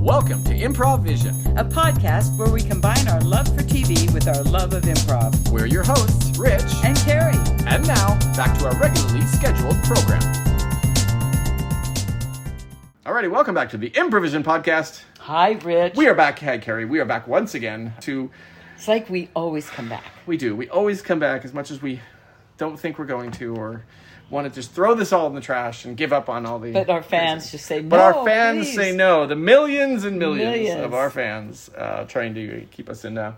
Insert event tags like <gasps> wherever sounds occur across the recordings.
Welcome to Improv Vision. a podcast where we combine our love for TV with our love of improv. We're your hosts, Rich, And Carrie, and now back to our regularly scheduled program. Alrighty, welcome back to the Improvision Podcast. hi, Rich. We are back, hey Carrie, we are back once again to it's like we always come back. we do. We always come back as much as we don't think we're going to or want to just throw this all in the trash and give up on all the But our fans just say no. But our fans please." say no. The millions and millions, Millions. of our fans uh, trying to keep us in. Uh,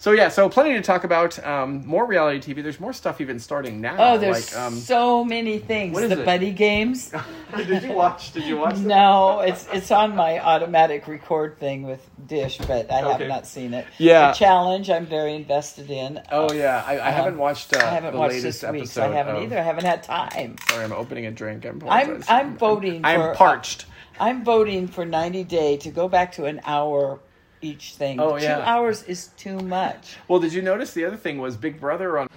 so yeah, so plenty to talk about. Um, more reality TV. There's more stuff even starting now. Oh, there's like, <laughs> um, so many things. what is the it? <laughs> buddy games. did you watch? Did you watch? that? no, it's it's on my automatic record thing with Dish, but I Okay. have not seen it. Yeah. The challenge I'm very invested in. Oh yeah, I, I haven't watched. Uh, Um, I haven't the watched latest this week, so episode I haven't of- either. I haven't had time. Sorry, I'm opening a drink. I'm. I'm I'm voting I'm for uh, parched. I'm voting for 90 day to go back to an hour each thing. Oh, yeah. Two hours is too much. Well, did you notice the other thing was Big Brother on?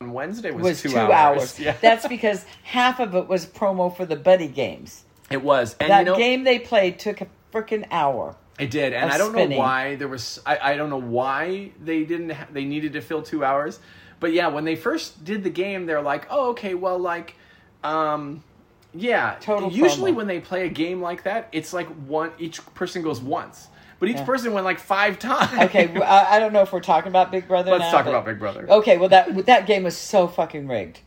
On Wednesday was, was two, two, hours. hours. Yeah, <laughs> That's because half of it was promo for the buddy games. it was. And That you know, game they played took a freaking hour. I did, and of I don't know spinning. why there was. I, I don't know why they didn't. Ha- they needed to fill two hours, but yeah, when they first did the game, they're like, "Oh, okay, well, like, um, yeah." Total Usually, promo. when they play a game like that, it's like one. Each person goes once, but each Yeah. person went like five times. Okay, well, I, I don't know if we're talking about Big <laughs> Brother. Let's now, Oh. talk but- about Big Brother. Okay, well that that game was so fucking rigged.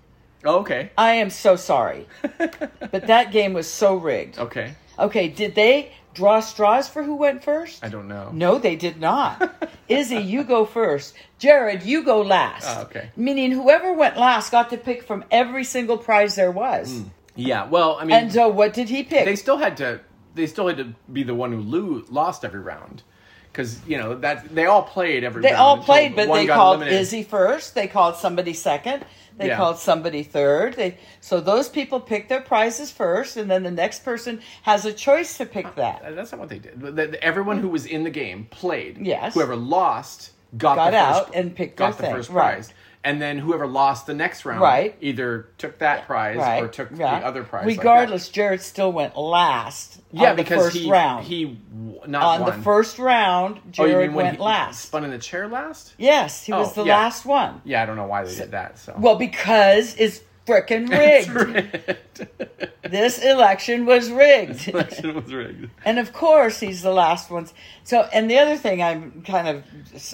Oh, okay. I am <laughs> so sorry, but that game was so rigged. Okay. Okay, did they draw straws for who went first? I don't know. No, they did not. Izzy, you go first. Jared, you go last. Ah, okay. Meaning whoever went last got to pick from every single prize there was. Yeah. Well, I mean, And so what did he pick? Hmm. they still had to they still had to be the one who lo- lost every round because you know that they all played every They round all until played, but one they got called eliminated. Izzy first. They called somebody second. They Yeah. called somebody third. They, so those people pick their prizes first, and then the next person has a choice to pick that. Uh, that's not what they did The- the- everyone who was in the game played Yes. whoever lost got, Got the first, out and picked got the their thing. first Right. prize and then whoever lost the next round Right. either took that prize Right. or took Yeah. the other prize like that. Regardless, Jared still went last. yeah on the because first he round. he w- not on won. the first round, oh, you mean Jared when went he last. spun in the chair last Yes, he Oh, was the yeah. last one. yeah i don't know why they did that so Well, because it's frickin' rigged. <laughs> This election was rigged. Election was rigged. <laughs> and of course, he's the last one. So, and the other thing I'm kind of,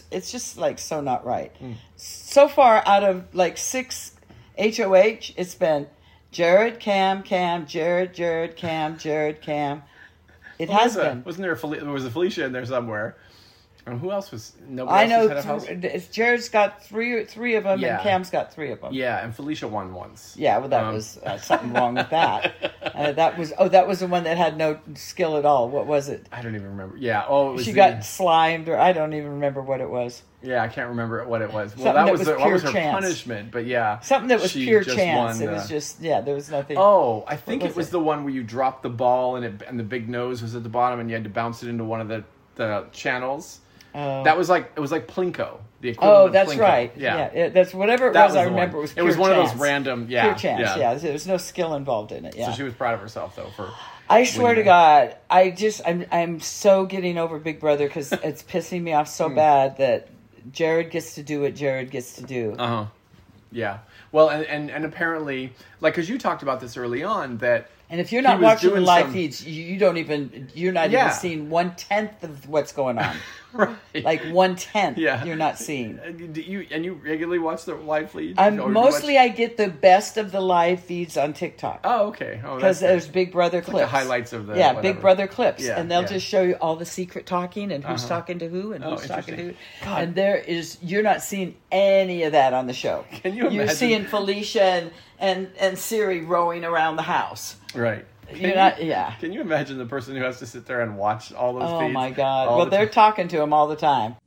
it's just like so not right. Hmm. So far, out of like six HOH, it's been Jared, Cam, Cam, Jared, Jared, Cam, Jared, Cam. It has Wasn't- been. Wasn't there a Fel- there was a Felicia in there somewhere? And who else was? Nobody else I know Was head of house? th- it's- Jared's got three, three of them, Yeah. and Cam's got three of them. Yeah, and Felicia won once. Yeah, well, that Um, was uh, something wrong with that. Uh, that was oh, that was the one that had no skill at all. What was it? I don't even remember. Yeah. Oh, it was She the- got slimed, or I don't even remember what it was. Yeah, I can't remember what it was. Well, Something that that was, was the- what pure was her chance. punishment. But yeah, Something that was she pure just chance. won It was the- just yeah, there was nothing. Oh, I think What it was was it? the one where you dropped the ball and it and the big nose was at the bottom and you had to bounce it into one of the the channels. Oh. That was like it was like Plinko, the equivalent. Oh, of that's Plinko. right. Yeah. Yeah, it- that's whatever it That was. was I the one. remember it was. It was pure one of those chance. random- yeah, pure chance. yeah. Yeah. there was no skill involved in it. Yeah, So she was proud of herself though for I swear to winning. God, I just I'm I'm so getting over Big Brother because it's pissing me off <laughs> Hmm. so bad that Jared gets to do what Jared gets to do. Uh huh. Yeah. Well, and, and and apparently, like, cause you talked about this early on <laughs> that. And if you're He not was watching the doing live some- feeds, you you don't even you're not Yeah. even seeing one tenth of what's <laughs> going on. Right. like one tenth, Yeah. you're not seeing. And you- do you and you regularly watch the live feed. I'm Or you mostly watch- I get the best of the live feeds on TikTok Oh, okay. Oh, that's because good. there's Big Brother like clips, the highlights of the yeah, whatever. Big Brother clips, Yeah, and they'll yeah. just show you all the secret talking and who's Uh-huh. talking to who and Oh, who's talking to who. interesting. God. And there is you're not seeing any of that on the show. <laughs> Can you You're imagine? seeing Felicia and and, and Siri rowing around the house. Right. Can You're not- yeah. Can you imagine the person who has to sit there and watch all those? Oh feeds my god! all well, the they're time? talking to him all the time.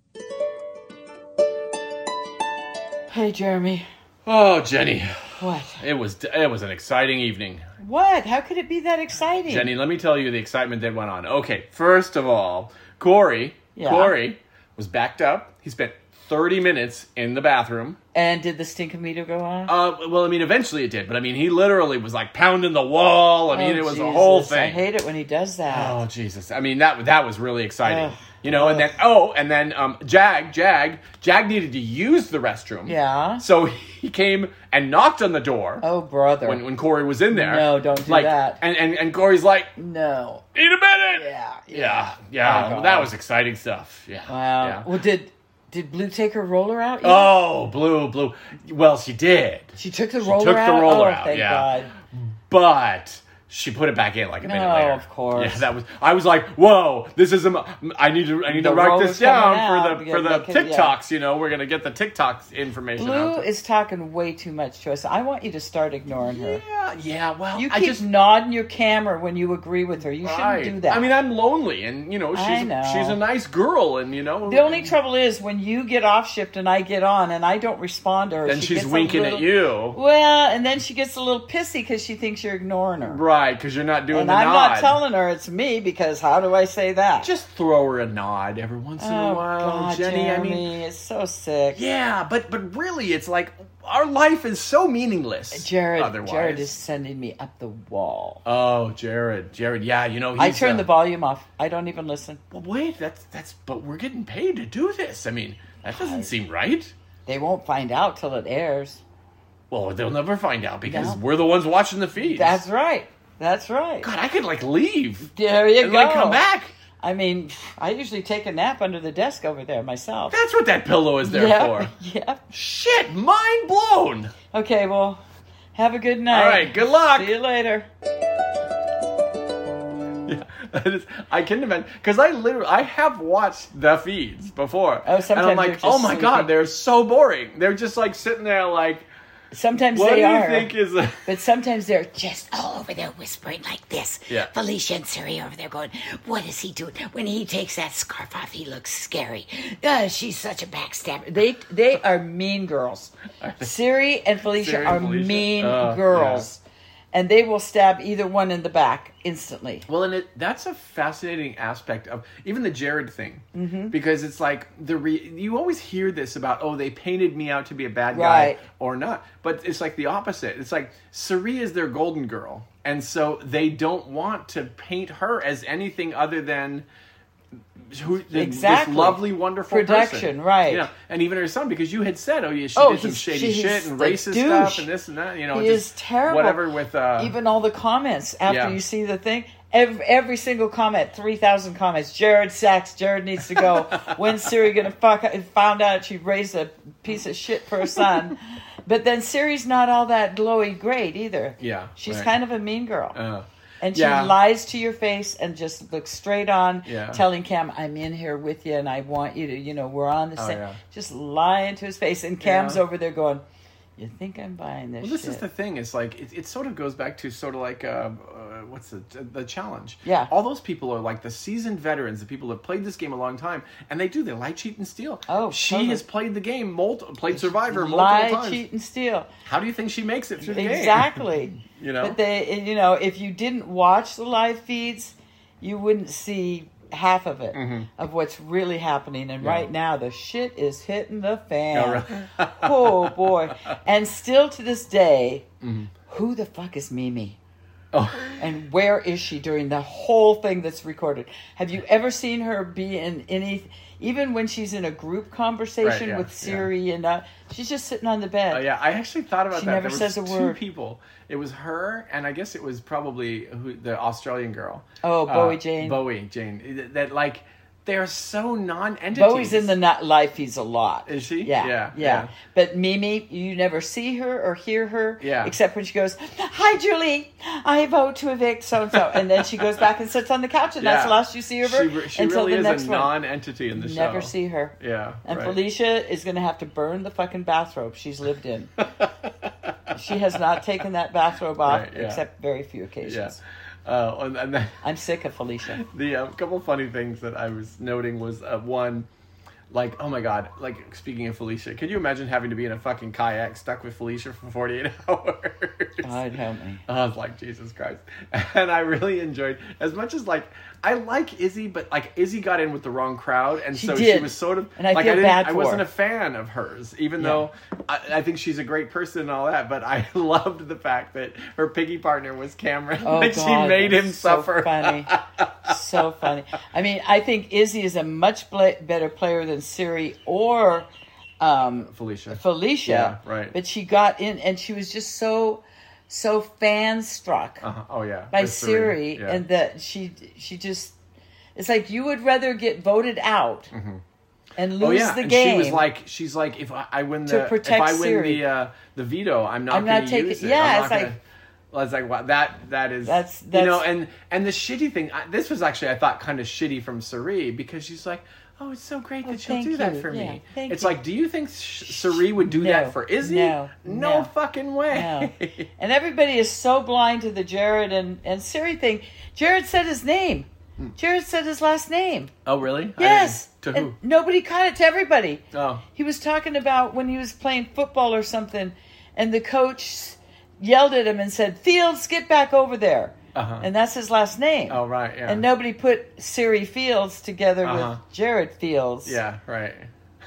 Hey, Jeremy. oh, Jenny, What? it was it was an exciting evening. What? How could it be that exciting? Jenny, let me tell you the excitement that went on. Okay, first of all, Corey, Yeah. Corey was backed up. He spent 30 minutes in the bathroom. And did the stinkometer go on? Uh, well, I mean, eventually it did, but I mean, he literally was like pounding the wall. I mean, it was a whole Oh, Jesus, I thing. hate it when he does that. Oh Jesus! I mean that that was really exciting, Ugh. you know. And then oh, and then um, Jag, Jag, Jag needed to use the restroom. Yeah. So he came and knocked on the door Oh, brother. when, when Corey was in there. No, don't do like, that. And, and and Corey's like, no. "Need a minute." Yeah. Yeah. yeah, yeah. Oh, Well, God. that was exciting stuff. Yeah. Wow. Yeah. Well, did did Blue take her roller out? yet? Oh, blue, blue. Well, she did, she took the roller took the out. roller oh, out, Thank yeah. God. but. She put it back in like a minute No, later. of course. Yeah, that was. I was like, "Whoa, this is. A, I need to. I need The to write roller's this down for the coming out, for the yeah, make it- yeah. TikToks. You know, we're gonna get the TikToks information. Blue out. is talking way too much to us. I want you to start ignoring her. yeah, yeah. Well, You keep I just nodding your camera when you agree with her. You Right. shouldn't do that. I mean, I'm lonely, and you know, I she's know. she's a nice girl, and you know, the only trouble is when you get off shift and I get on and I don't respond to her. and she she's gets a winking at little- you, Well, and then she gets a little pissy because she thinks you're ignoring her. right? Because you're not doing And the I'm nod. not telling her it's me because how do I say that? Just throw her a nod every once in a Oh, while, God, Jenny. I mean, Jeremy, it's so sick. yeah, but but really, it's like our life is so meaningless. Jared, otherwise. Jared is sending me up the wall. Oh, Jared, Jared, yeah, you know, he's, I turn uh, the volume off. I don't even listen. Well, wait, that's that's. But we're getting paid to do this. I mean, that doesn't seem right. They won't find out till it airs. Well, they'll never find out because No. we're the ones watching the feeds. That's right. That's right. God, I could like leave. There you and go. like come back. I mean, I usually take a nap under the desk over there myself. That's what that pillow is there for. <laughs> Yep. Shit, mind blown. Okay, well, have a good night. All right, good luck. See you later. Yeah, <laughs> that is, I can imagine because I literally I have watched the feeds before, Oh, and sometimes I'm they're like, just oh my god, sleepy. they're so boring. They're just like sitting there, like, Sometimes what they do you are. think is? <laughs> A- But sometimes they're just. just all over there whispering like this. Yeah. Felicia and Siri over there going, What is he doing? When he takes that scarf off, he looks scary. Uh, she's such a backstabber. They they are <laughs> mean girls. Siri and Felicia Siri and are Felicia. mean Oh, girls, and they will stab either one in the back instantly. Well, and it, that's a fascinating aspect of even the Jared thing, mm-hmm. because it's like the re, you always hear this about oh they painted me out to be a bad Right. guy or not, but it's like the opposite. It's like Sari is their golden girl, and so they don't want to paint her as anything other than who the, Exactly. this lovely wonderful Production, person. right. You know, and even her son because you had said oh yeah she Oh, did some he's- shady she's shit and a racist douche. stuff and this and that you know He just is terrible. whatever with uh Even all the comments after Yeah. you see the thing, every, every single comment, three thousand comments. Jared Sachs. Jared needs <laughs> to go. When's Siri gonna fuck? And found out she raised a piece of shit for <laughs> her son. But then Siri's not all that glowy great either. Yeah, she's right. kind of a mean girl. uh, And she Yeah. lies to your face and just looks straight on, Yeah. telling Cam, "I'm in here with you, and I want you to, you know, we're on the same." Oh, yeah. Just lying to his face, and Cam's Yeah. over there going, "You think I'm buying this?" Well, this shit? is the thing. It's like it, it sort of goes back to sort of like uh, uh, what's the the challenge? Yeah. all those people are like the seasoned veterans, the people that played this game a long time, and they do they lie, cheat, and steal. Oh, she totally. has played the game, multi- played Survivor lie, multiple times. cheat, and steal. How do you think she makes it through the game? Exactly. <laughs> You know? but they, you know, if you didn't watch the live feeds, you wouldn't see half of it Mm-hmm. of what's really happening. And right now, the shit is hitting the fan. right. <laughs> oh boy! And still to this day, Mm-hmm. who the fuck is Mimi? Oh. And where is she during the whole thing that's recorded? Have you ever seen her be in any, even when she's in a group conversation yeah, with yeah. Siri and uh, she's just sitting on the bed? Oh, yeah, I actually thought about She that. never there was says a two word. people. It was her, and I guess it was probably who, the Australian girl. Oh, Bowie Uh, Jane. Bowie Jane. That, that, like they're so non-entities. Bowie's in the not life he's a lot. Is she? Yeah, Yeah, yeah. yeah. But Mimi, you never see her or hear her. Yeah. Except when she goes, Hi Julie, I vote to evict so and so and then she goes back and sits on the couch and that's Yeah. the last you see of her She, re- she until really the is next a one. non-entity in the show. never see her. Yeah. And right. Felicia is gonna have to burn the fucking bathrobe she's <laughs> lived in. she has not taken that bathrobe off Right, yeah. except very few Yeah. occasions. Uh, and, and then <laughs> I'm sick of Felicia. the uh, couple funny things that I was noting was uh, one, like oh my god, like speaking of Felicia, can you imagine having to be in a fucking kayak stuck with Felicia for forty eight <laughs> hours? God help me. I was like, Jesus Christ. <laughs> And I really enjoyed as much as like I like Izzy, but like Izzy got in with the wrong crowd and She so she did. was sort of And I like feel I didn't bad I for wasn't her. a fan of hers, even though I, I think she's a great person and all that, but I <laughs> loved the fact that her piggy partner was Cameron. <laughs> Oh, like God, she made it him was so suffer. Funny, so funny. I mean, I think Izzy is a much bla- better player than Siri or um, Felicia. Felicia. Yeah, right. But she got in, and she was just so so fan struck Uh-huh. Oh yeah. by With Siri, Yeah. and that she she just it's like you would rather get voted out and lose Oh yeah, the and game. she was like, she's like, if I, I win To the, if protect I win Siri. the uh, the veto, I'm not I'm going not to taking- use it. yeah, I'm it's not like- gonna, well, it's like wow, that that is That's- you know, that's- and and the shitty thing. I, this was actually I thought kind of shitty from Sari because she's like, oh, it's so great that she'll thank do that you. for Yeah, me. thank it's you. like, do you think Sari would do No, that for Izzy? no, no, no, fucking way. <laughs> No. and everybody is so blind to the Jared and, and Siri thing. Jared said his name. Hmm. Jared said his last name. oh really? I Yes. didn't- To who? And nobody caught it to everybody. oh. He was talking about when he was playing football or something, and the coach yelled at him and said, Fields, get back over there. Uh-huh. And that's his last name. Oh right. Yeah. And nobody put Siri Fields together Uh-huh. with Jared Fields. Yeah.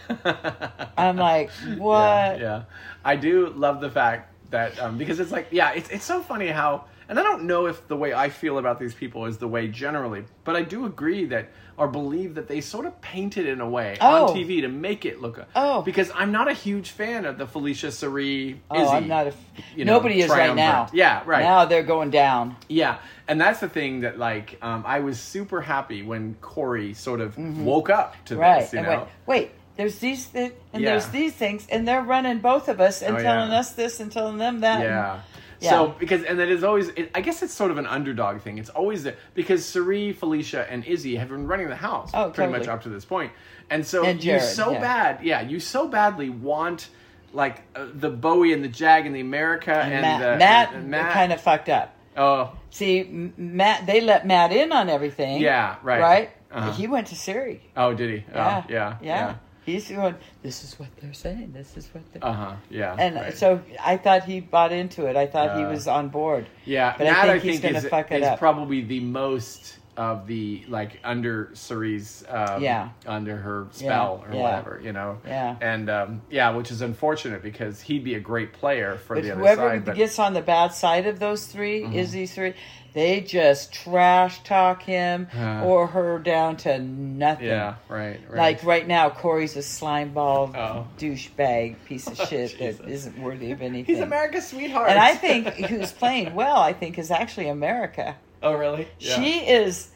Right. <laughs> I'm like, what? Yeah, Oh, yeah. I do love the fact that um, because it's like yeah, it's it's so funny how and I don't know if the way I feel about these people is the way generally, but I do agree that or believe that they sort of painted in a way Oh. on TV to make it look. uh, Oh. because I'm not a huge fan of the Felicia Sari. Oh, I'm not a. you know, nobody is right now. triumvirate. Yeah, right. Now they're going down. Yeah, and that's the thing that like um, I was super happy when Corey sort of woke up to Mm-hmm. Right. this. You and know, wait, wait, there's these thi- and Yeah. there's these things, and they're running both of us and Oh, telling yeah. us this and telling them that. and- Yeah. Yeah. So because and that is always it, I guess it's sort of an underdog thing. It's always a, because Sari, Felicia, and Izzy have been running the house Oh, pretty much totally. up to this point, and so And you Jared, so yeah. bad, yeah, you so badly want like uh, the Bowie and the Jag and the America and, and Matt, the, Matt, and Matt kind of fucked up. oh See, M- Matt, they let Matt in on everything. Yeah, right. Right. Uh-huh. He went to Siri. oh did he Yeah, oh, yeah yeah, He's going. This is what they're saying. This is what they're. uh huh yeah and right. Uh, so I thought he bought into it. I thought he Yeah. was on board. Yeah, but Matt, I think he's is, gonna fuck it is up. probably the most of the like under Cerise, um, Yeah. under her spell or yeah. whatever, you know. Yeah. and um, yeah, which is unfortunate because he'd be a great player for But the other whoever side. But Mm-hmm. gets on the bad side of those 3 is these three, they just trash talk him Uh. or her down to nothing. yeah, right, right. Like right now, Corey's a slime ball Oh. douchebag <laughs> piece of shit Jesus. that isn't worthy of anything. he's America's sweetheart, and <laughs> I think who's playing well, I think, is actually America. oh, really? Yeah. She is,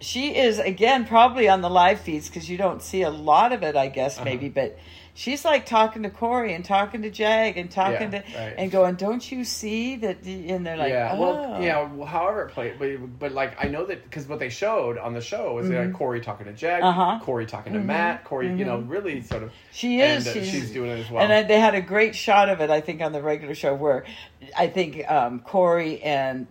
she is again probably on the live feeds because you don't see a lot of it, I guess Uh-huh. maybe. But she's like talking to Corey and talking to Jag and talking Yeah, to right. and going, "Don't you see that?" the-" And they're like, yeah, "Oh." well, yeah. Well, however it played, but but like I know that because what they showed on the show was like Corey talking to Jack, Mm-hmm. Uh-huh. Mm-hmm. Corey talking to Matt, Corey, you know, really sort of. She is. and, uh, she's, she's doing it as well. And I, they had a great shot of it, I think, on the regular show where I think um, Corey and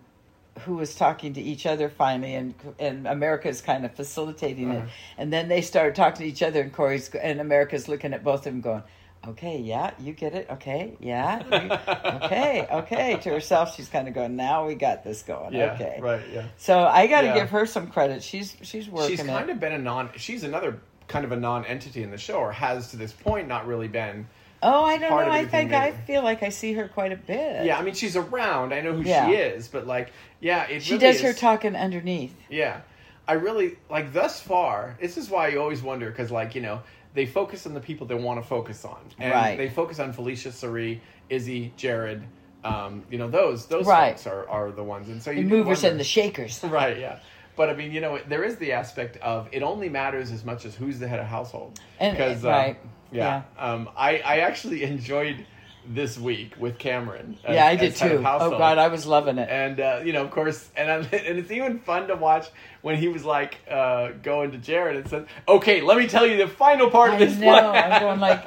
who was talking to each other finally, and and America's kind of facilitating Uh-huh. it. And then they started talking to each other, and Corey's and America's looking at both of them, going, "Okay, yeah, you get it. Okay, yeah, <laughs> <laughs> you- okay, okay." To herself, she's kind of going, "Now we got this going." Yeah, okay, right, yeah. So I got to Yeah. give her some credit. She's she's working. she's it. kind of been a non she's another kind of a non-entity in the show or has to this point not really been Oh, I don't know. part of I everything think I there. feel like I see her quite a bit. yeah i mean she's around i know who Yeah. she is but like yeah it She really does is- her talking underneath. yeah i really like thus far this is why you always wonder because like you know they focus on the people they want to focus on and Right. they focus on felicia sari izzy jared um, you know those those Right. folks are, are the ones and so you The do movers wonder- and the shakers. Right, yeah. But I mean, you know, there is the aspect of it only matters as much as who's the head of household. And- Because, right, yeah. Um, I, I actually enjoyed this week with Cameron. as- yeah, I did as head of too. Oh household. God, I was loving it. And uh, you know, of course, and I'm, <laughs> and it's even fun to watch when he was like uh, going to Jared and said, "Okay, let me tell you the final part I of <laughs> this know. one." I'm going like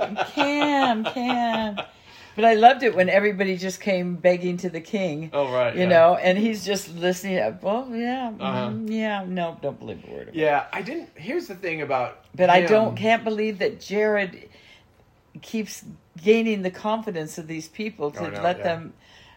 Cam, Cam. But I loved it when everybody just came begging to the king. <laughs> Oh, right, You yeah. know, and he's just listening. uh, Well, yeah, Uh-huh. mm, yeah. No, don't believe a word of it. yeah, I didn't. Here's the thing about, But I him. don't can't believe that Jared keeps gaining the confidence of these people to Oh, no, let yeah. them.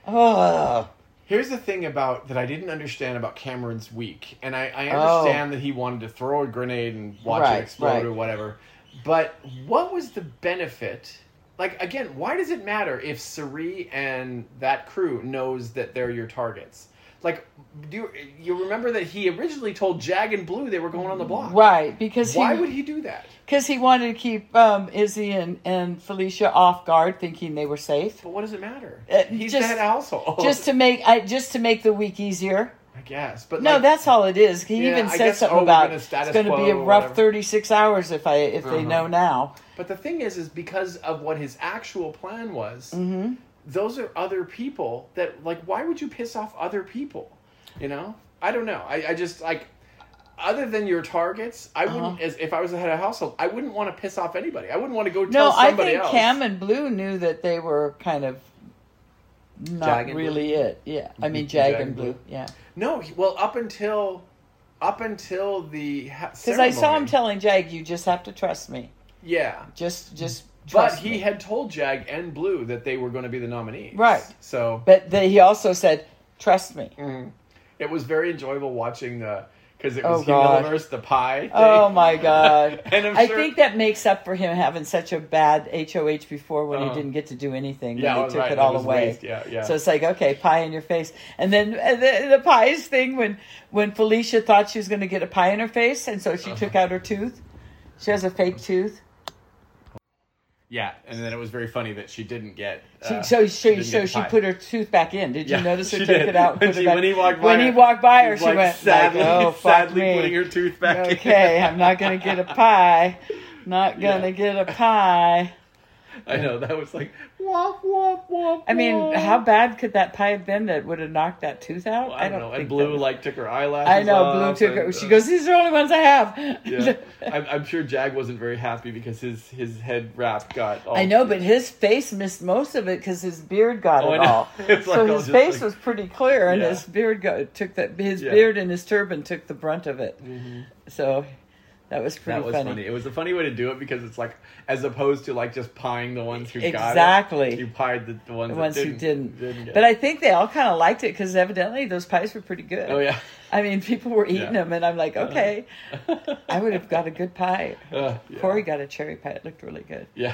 Oh, Here's the thing about that I didn't understand about Cameron's week, and I, I understand that he wanted to throw a grenade and watch Oh. Right, it explode right. or whatever. But what was the benefit? Like again, why does it matter if Sari and that crew knows that they're your targets? Like, do you, you remember that he originally told Jag and Blue they were going on the block? right. Because Why he, would he do that? Because he wanted to keep um, Izzy and, and Felicia off guard, thinking they were safe, But what does it matter? Uh, He's just- that asshole. just to make I just to make the week easier. <laughs> I guess. But No, like, that's all it is. He Yeah, even I said guess, something oh, we're about gonna it's status going to be a quo or rough whatever." Uh-huh. thirty six hours if I if they know now. But the thing is, is because of what his actual plan was, Mm-hmm. those are other people that like. Why would you piss off other people? You know, I don't know. I, I just like. Other than your targets, I Uh-huh. wouldn't. As if I was the head of household, I wouldn't want to piss off anybody. I wouldn't want to go No, tell I somebody think else. Cam and Blue knew that they were kind of not Jag and Blue. really it. Yeah, <laughs> I mean Jag, and Blue. Yeah, no, he- well, up until, up until the because I saw him tell. telling Jag, "You just have to trust me. Yeah, Just just but trust he me." had told Jag and Blue that they were going to be the nominees. Right. So but then he also said, "Trust me." It was very enjoyable watching the because it Oh, was God. Humilverse, the pie. Thing. Oh <laughs> my god! And I'm I sure- think that makes up for him having such a bad HOH before when Uh-huh. he didn't get to do anything. Yeah, I when they was took right. it That all was away. waste. Yeah, yeah. So it's like okay, pie in your face, and then and the, the pies thing when when Felicia thought she was going to get a pie in her face, and so she Uh-huh. took out her tooth. She has a fake tooth. yeah, and then it was very funny that she didn't get. She, uh, so she, didn't so get she pie. put her tooth back in. Did you Yeah, notice her she take did. it out? and when, put she, it back- when he walked by. when her, he walked by her, was she like went sadly, like, <laughs> "Oh, fuck sadly me." putting her tooth back okay, I'm not gonna get <laughs> a pie. Not Yeah. gonna get a pie. in. <laughs> I know that was like womp womp womp. I mean, womp. how bad could that pie have been that would have knocked that tooth out? I don't know. think And Blue that was- like took her eyelashes. I know Blue off took her. and, She uh, goes, "These are the only ones I have." Yeah, <laughs> I'm, I'm sure Jag wasn't very happy because his his head wrap got. All I know, but his face missed most of it because his beard got Oh, I it know. all. <laughs> It's like so all his just face like- was pretty clear, and Yeah. his beard got took that. His Yeah. Mm-hmm. beard and his turban took the brunt of it. So that was pretty That was funny. It was a funny way to do it because it's like, as opposed to like just pieing the ones who got Exactly. it, you pied the, the ones, The that ones didn't, who didn't. get But it. I think they all kind of liked it because evidently those pies were pretty good. oh yeah, <laughs> I mean, people were eating Yeah. Uh-huh. them, and I'm like, okay, <laughs> I would have got a good pie. Uh, yeah. Corey got a cherry pie. It looked really good. <laughs> Yeah.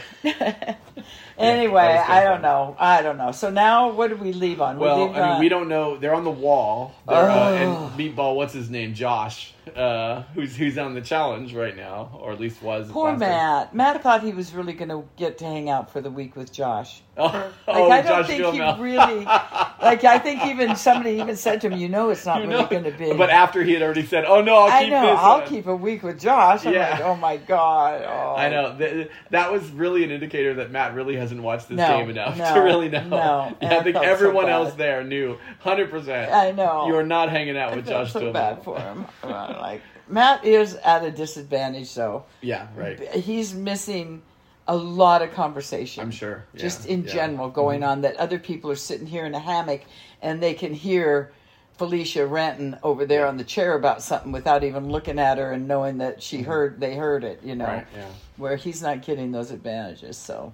Anyway, that was good I don't fun. know. I don't know. So now, what do we leave on? we Well, leave uh, I mean, on- we don't know. They're on the wall. They're, uh, Oh. and meatball, what's his name, Josh, uh, who's who's on the challenge right now, or at least was. Poor last Matt. Matt thought he was really going to get to hang out for the week with Josh. time. <laughs> Oh, Like oh, I don't Josh think Duhamel. <laughs> he really. Like I think even somebody even said to him, "You know, it's <laughs> not You really know? going to be." But after he had already said, "Oh no, I'll I keep know. this." I'll one." keep a week with Josh. I'm Yeah. like, oh my god. Oh. <laughs> I know that that was really an indicator that Matt really hasn't watched this No, game enough <laughs> no, to really know. no, and Yeah, I I think felt so everyone bad. else there knew hundred percent. I know. you are not hanging out <laughs> I with felt Josh so Duhamel. bad for him. Uh, like Matt is at a disadvantage, though. Yeah, right. He's missing a lot of conversation. I'm sure. Yeah, just in yeah. Mm-hmm. general going on that other people are sitting here in a hammock and they can hear Felicia ranting over there on the chair about something without even looking at her and knowing that she heard they heard it, you know. Mm-hmm. Right, yeah. Where he's not getting those advantages. So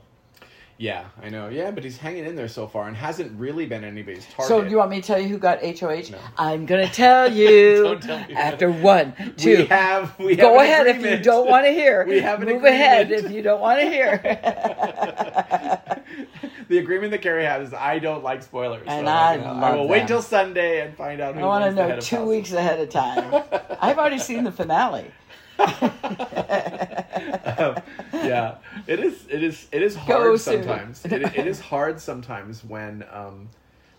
Yeah, I know. Yeah, but he's hanging in there so far and hasn't really been anybody's target. So you want me to tell you who got HOH? No. I'm <laughs> gonna tell you Don't tell me. after one, two. we have we have Go an ahead if you agreement. don't want <laughs> to hear. We have an Move ahead agreement. if you don't want to hear. <laughs> <laughs> the agreement that Carrie has is I don't like spoilers. And so, I you know, I love will wait them. till Sunday and find out. Who I want to wins the head know of two household. weeks ahead <laughs> of time. I've already seen the finale. <laughs> Um, yeah, it is. It is. It is hard soon. sometimes. It, it is hard sometimes when, um,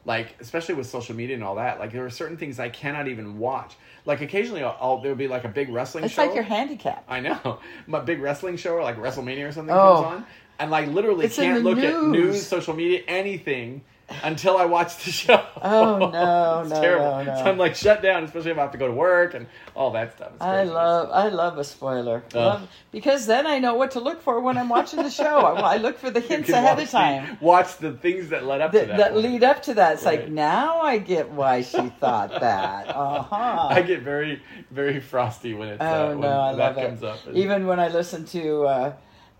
like, especially with social media and all that. Like, there are certain things I cannot even watch. Like, occasionally, I'll, I'll there'll be like a big wrestling. It's show. like your handicap. I know <laughs> my big wrestling show or like WrestleMania or something Oh. comes on, and like literally It's in can't the look at news, news. social media, anything until I watch the <laughs> show. Oh, no, it's no, terrible. no, no. So I'm like shut down, especially if I have to go to work and all that stuff. It's I crazy. Uh. love I love a spoiler Love- because then I know what to look for when I'm watching the show. I, I look for <laughs> the You hints can ahead watch of time The, watch the things that led up to that, that. that point. lead up to that. It's like Right. now I get why she thought that. <laughs> Uh I huh. get very, very frosty when it's. uh, Oh when no, I that love comes it. Up and- Even when I listen to uh,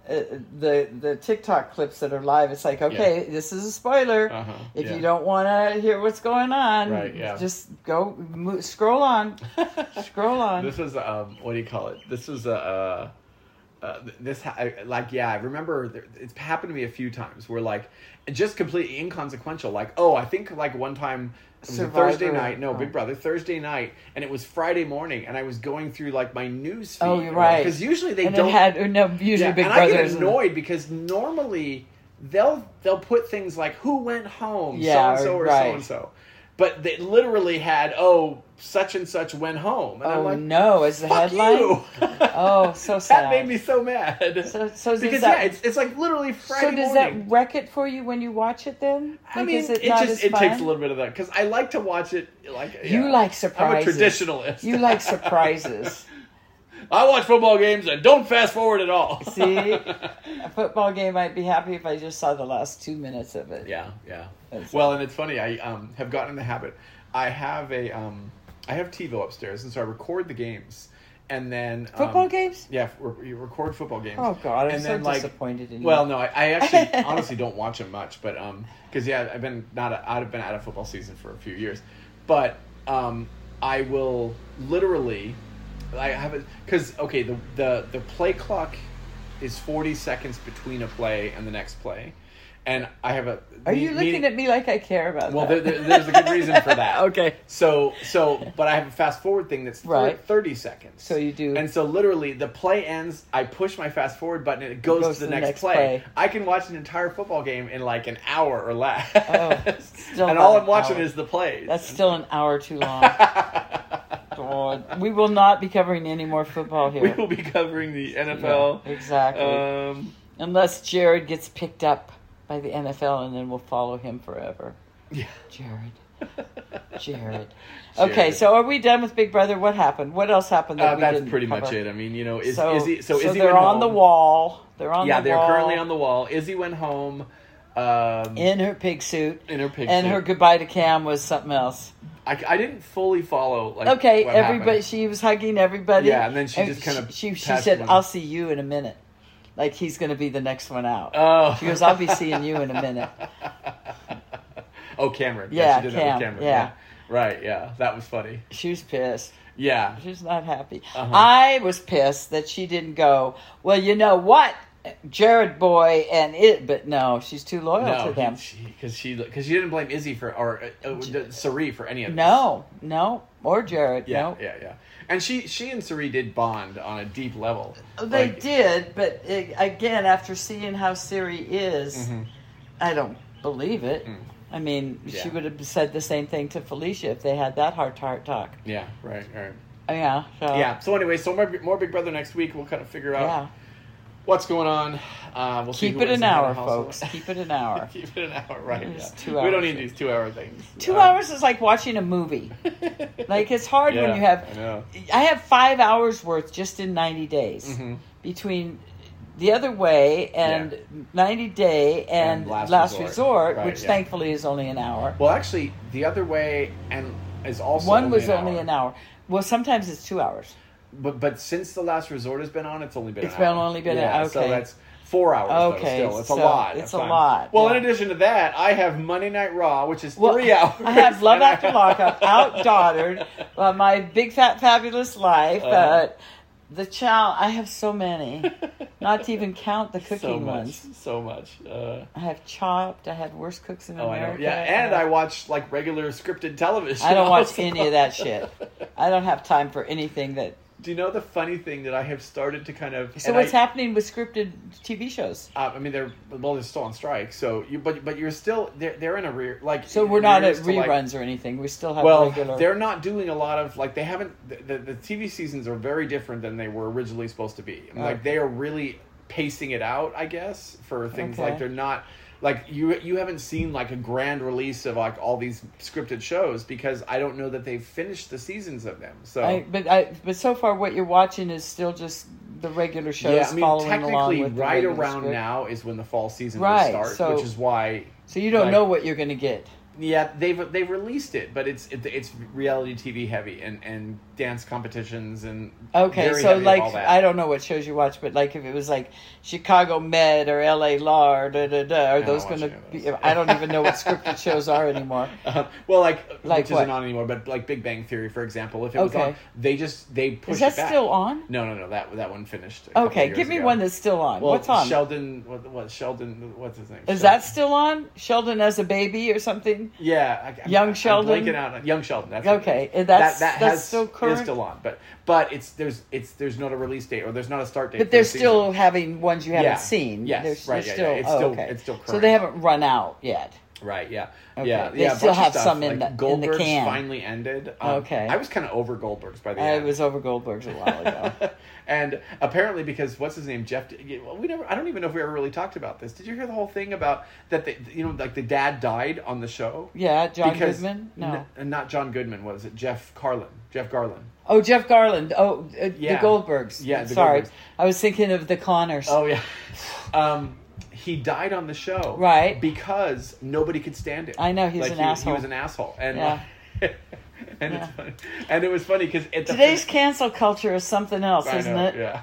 uh, the the TikTok clips that are live, it's like, okay, this is a spoiler. Uh-huh, If yeah. you don't want to hear what's going on, Right, yeah. just go mo- scroll on, <laughs> scroll on. This is um, what do you call it? This is a. Uh, uh, th- this ha- I- like yeah, I remember there, it's happened to me a few times where like just completely inconsequential. Like oh, I think like one time it was a Survivor. Thursday night. No, Oh. Big Brother Thursday night, and it was Friday morning, and I was going through like my news feed. oh, you're right. Because usually they and don't It had uh, no usually yeah, Big and Brother. I get isn't- annoyed because normally they'll they'll put things like who went home, Yeah, so and so or right. so and so, but they literally had oh such and such went home, and Oh I'm like no! Is the Fuck headline? you. <laughs> Oh, so that sad. made me so mad. So- so does because that- yeah, it's, it's like literally Friday so does morning. that wreck it for you when you watch it? Then I Like, mean, is it, not just as it takes fun? a little bit of that because I like to watch it. Like You yeah. like I'm surprises. a traditionalist. <laughs> You like surprises. I watch football games and don't fast forward at all. <laughs> See, <laughs> a football game, I'd be happy if I just saw the last two minutes of it. Yeah, yeah. That's- well, and it's funny. I um, have gotten in the habit. I have a um, I have TiVo upstairs, and so I record the games, and then um, Football games? Yeah, re- you record football games. Oh God, I'm and so disappointed in you. Well, no, I, I <laughs> actually honestly don't watch them much, but um, because yeah, I've been not a, I've been out of football season for a few years, but um, I will literally, I have it because okay, the the the play clock is forty seconds between a play and the next play. And I have a. Are you looking at me like I care about Well, there, that? there, there's a good reason for that. Okay. So, so, but I have a fast forward thing that's thir- Right. thirty seconds. So you do- and so literally the play ends. I push my fast forward button, and it goes, to the, next, play. play. I can watch an entire football game in like an hour or less. Oh, <laughs> still and not all an I'm watching hour. is the plays. <laughs> That's still an hour too long. God, we will not be covering any more <laughs> <laughs> football we here. will be covering the NFL. exactly. Um, Unless Jared gets picked up by the NFL and then we'll follow him forever. yeah. Jared. Jared. <laughs> Okay, <laughs> Jared. so are we done with Big Brother? What happened? What else happened? That Uh, we that's didn't pretty cover? much it. I mean, you know, is, so, is he? So, is he they're on the wall. They're on Yeah, the they're wall. currently on the wall. Izzy went home. Um, in her pig suit. In her pig and suit. her goodbye to Cam was something else. I, I didn't fully follow. Like Okay, what happened. everybody. She was hugging everybody. Yeah, and then she just kind of she she passed said, one. "I'll see you in a minute." Like he's going to be the next one out. Oh, She goes, "I'll be seeing you in a minute." <laughs> oh, Cameron. Yeah, she did Cam, That with Cameron. yeah. Right. Yeah, that was funny. She was pissed. Yeah. She's not happy. Uh-huh. I was pissed that she didn't go. Well, you know what, Jared boy, and it. But no, she's too loyal No, to them. because she because she, 'cause she didn't blame Izzy for or uh, uh, Sari for any of this. no, no, or Jared. Yeah. no, Yeah. Yeah. And she she and Sari did bond on a deep level. They Like, did, but it, again, after seeing how Siri is, Mm-hmm. I don't believe it. I mean, she Mm. Yeah. would have said the same thing to Felicia if they had that heart to heart talk. Yeah. Right. Right. Yeah. So, yeah. Uh, So anyway, so more, more Big Brother next week. We'll kind of figure out Uh, yeah. what's going on. Uh, we'll see Keep who it is an in the hour, household. folks. Keep it an hour. <laughs> Keep it an hour, right? It's yeah. two We hours. don't need these two-hour things. Two Um, hours is like watching a movie. Like, it's hard Yeah, when you have. I know. I have five hours worth just in 90 days Mm-hmm. between the other way and 90 day and, And last, Last resort, Resort. Right, which yeah. thankfully is only an hour. Well, actually, the other way and is also One only was an only hour. an hour. Well, sometimes it's two hours. But but since the last resort has been on, it's only been It's an been hour. only been an- yeah, so okay. that's four hours. Okay, though, still it's so a lot. it's of a time. lot, Well, yeah. in addition to that, I have Monday Night Raw, which is Well, three hours. I have Love and a After half. <laughs> Lockup, Out Daughtered, uh, My Big Fat Fabulous Life, uh, Uh-huh. The Chow. I have so <laughs> many, not to even count the cooking so much, ones. so much. Uh, I have Chopped. I had Worst Cooks in oh, I know. America. Yeah, and I watch like regular scripted television. I don't watch also. any of that shit. I don't have time for anything that. Do you know the funny thing that I have started to kind of? So and what's I, happening with scripted TV shows? Uh, I mean, they're well, they're still on strike. So you, but but you're still they're they're in a rear like. So we're not at arrears to, like- reruns or anything. We still have well, regular. they're not doing a lot of like they haven't. The, the, the TV seasons are very different than they were originally supposed to be. And, Like Okay. they are really pacing it out, I guess, for things Okay. like they're not like you you haven't seen like a grand release of like all these scripted shows because I don't know that they've finished the seasons of them. So I, but I, but so far, what you're watching is still just the regular shows yeah, I mean, following along technically, with the right regular around script. now is when the fall season Right, will start, so- which is why So you don't like- know what you're going to get. yeah, they've they've released it, but it's it, it's reality TV heavy and and dance competitions and Okay, very so heavy of like all that. I don't know what shows you watch, but like if it was like Chicago Med or L.A. Law or da da da, are don't those watch going to any of be? those. I don't even <laughs> know what scripted shows are anymore. Uh, well, like, Like which what? isn't on anymore, but like Big Bang Theory, for example, if it was Okay. on, they just they pushed. that it back. still on? No, no, no. That that one finished. a couple Okay, years give me ago. one that's still on. Well, What's on? Sheldon. What, what Sheldon? What's his name? Is Sheldon- that still on? Sheldon as a baby or something? Yeah, I, I'm, Young I'm Sheldon? blanking out on- Young Sheldon. That's Okay, It is. and that's- that, that that's has, still Is current? still on, but but it's there's it's there's not a release date or there's not a start date. But for they're the season. still having ones you haven't Yeah. seen. Yes, They're, right, they're yeah, yeah. It's oh, still- okay. it's still So current. they haven't run out yet. Right. Yeah. Okay. Yeah. They yeah. a still bunch of have stuff, some in like the- in the Goldberg's can. Finally ended. Um, Okay. I was kind of over Goldberg's by the I end. was over Goldberg's a <laughs> while ago. and apparently, because what's his name, Jeff? well, We never. I don't even know if we ever really talked about this. Did you hear the whole thing about that? The, you know, like the dad died on the show. yeah, John Because- Goodman. No. n- and not John Goodman. Was it Jeff Carlin? Jeff Garlin. Oh, Jeff Garland. Oh, uh, Yeah. the Goldbergs. Yeah, the sorry, Goldbergs. I was thinking of the Connors. Oh yeah. <laughs> Um, he died on the show, Right. Because nobody could stand it. I know, he's an he, asshole. He was an asshole, and Yeah. <laughs> and Yeah. it's funny. and it was funny because Today's cancel culture is something else, I isn't know, it? Yeah.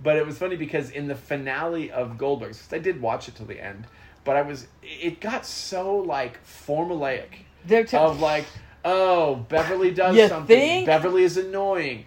But it was funny because in the finale of Goldberg's, 'cause I did watch it till the end, but I was it got so like formulaic They're t- of like, oh, Beverly does You something. think? Beverly is annoying.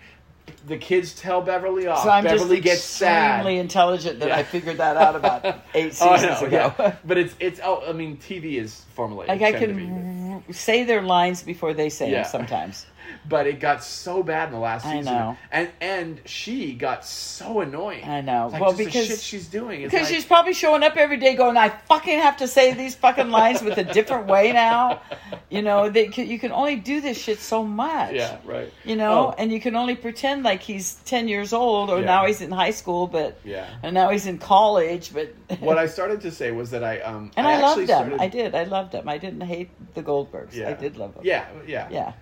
The kids tell Beverly off. So I'm Beverly just gets sad. extremely intelligent that Yeah. I figured that out about eight <laughs> Oh, I seasons know, ago. <laughs> yeah. But it's it's oh, I mean, TV is formulaic. Like I tend to be, but- can r- say their lines before they say Yeah. them <laughs> sometimes. but it got so bad in the last I season, know. and and she got so annoying. I know. It's like, Well, just the because- shit she's doing is Because like- she's probably showing up every day going, I fucking have to say these fucking lines with a different way <laughs> now. You know, they, c- you can only do this shit so much. yeah, right. You know, Oh, and you can only pretend like he's 10 years old or Yeah. now he's in high school, but. Yeah. And now he's in college, but. what I started to say was that I um <laughs> and I, actually loved them. started- I did. I loved them. I didn't hate the Goldbergs. Yeah. I did love them. Yeah, yeah, Yeah.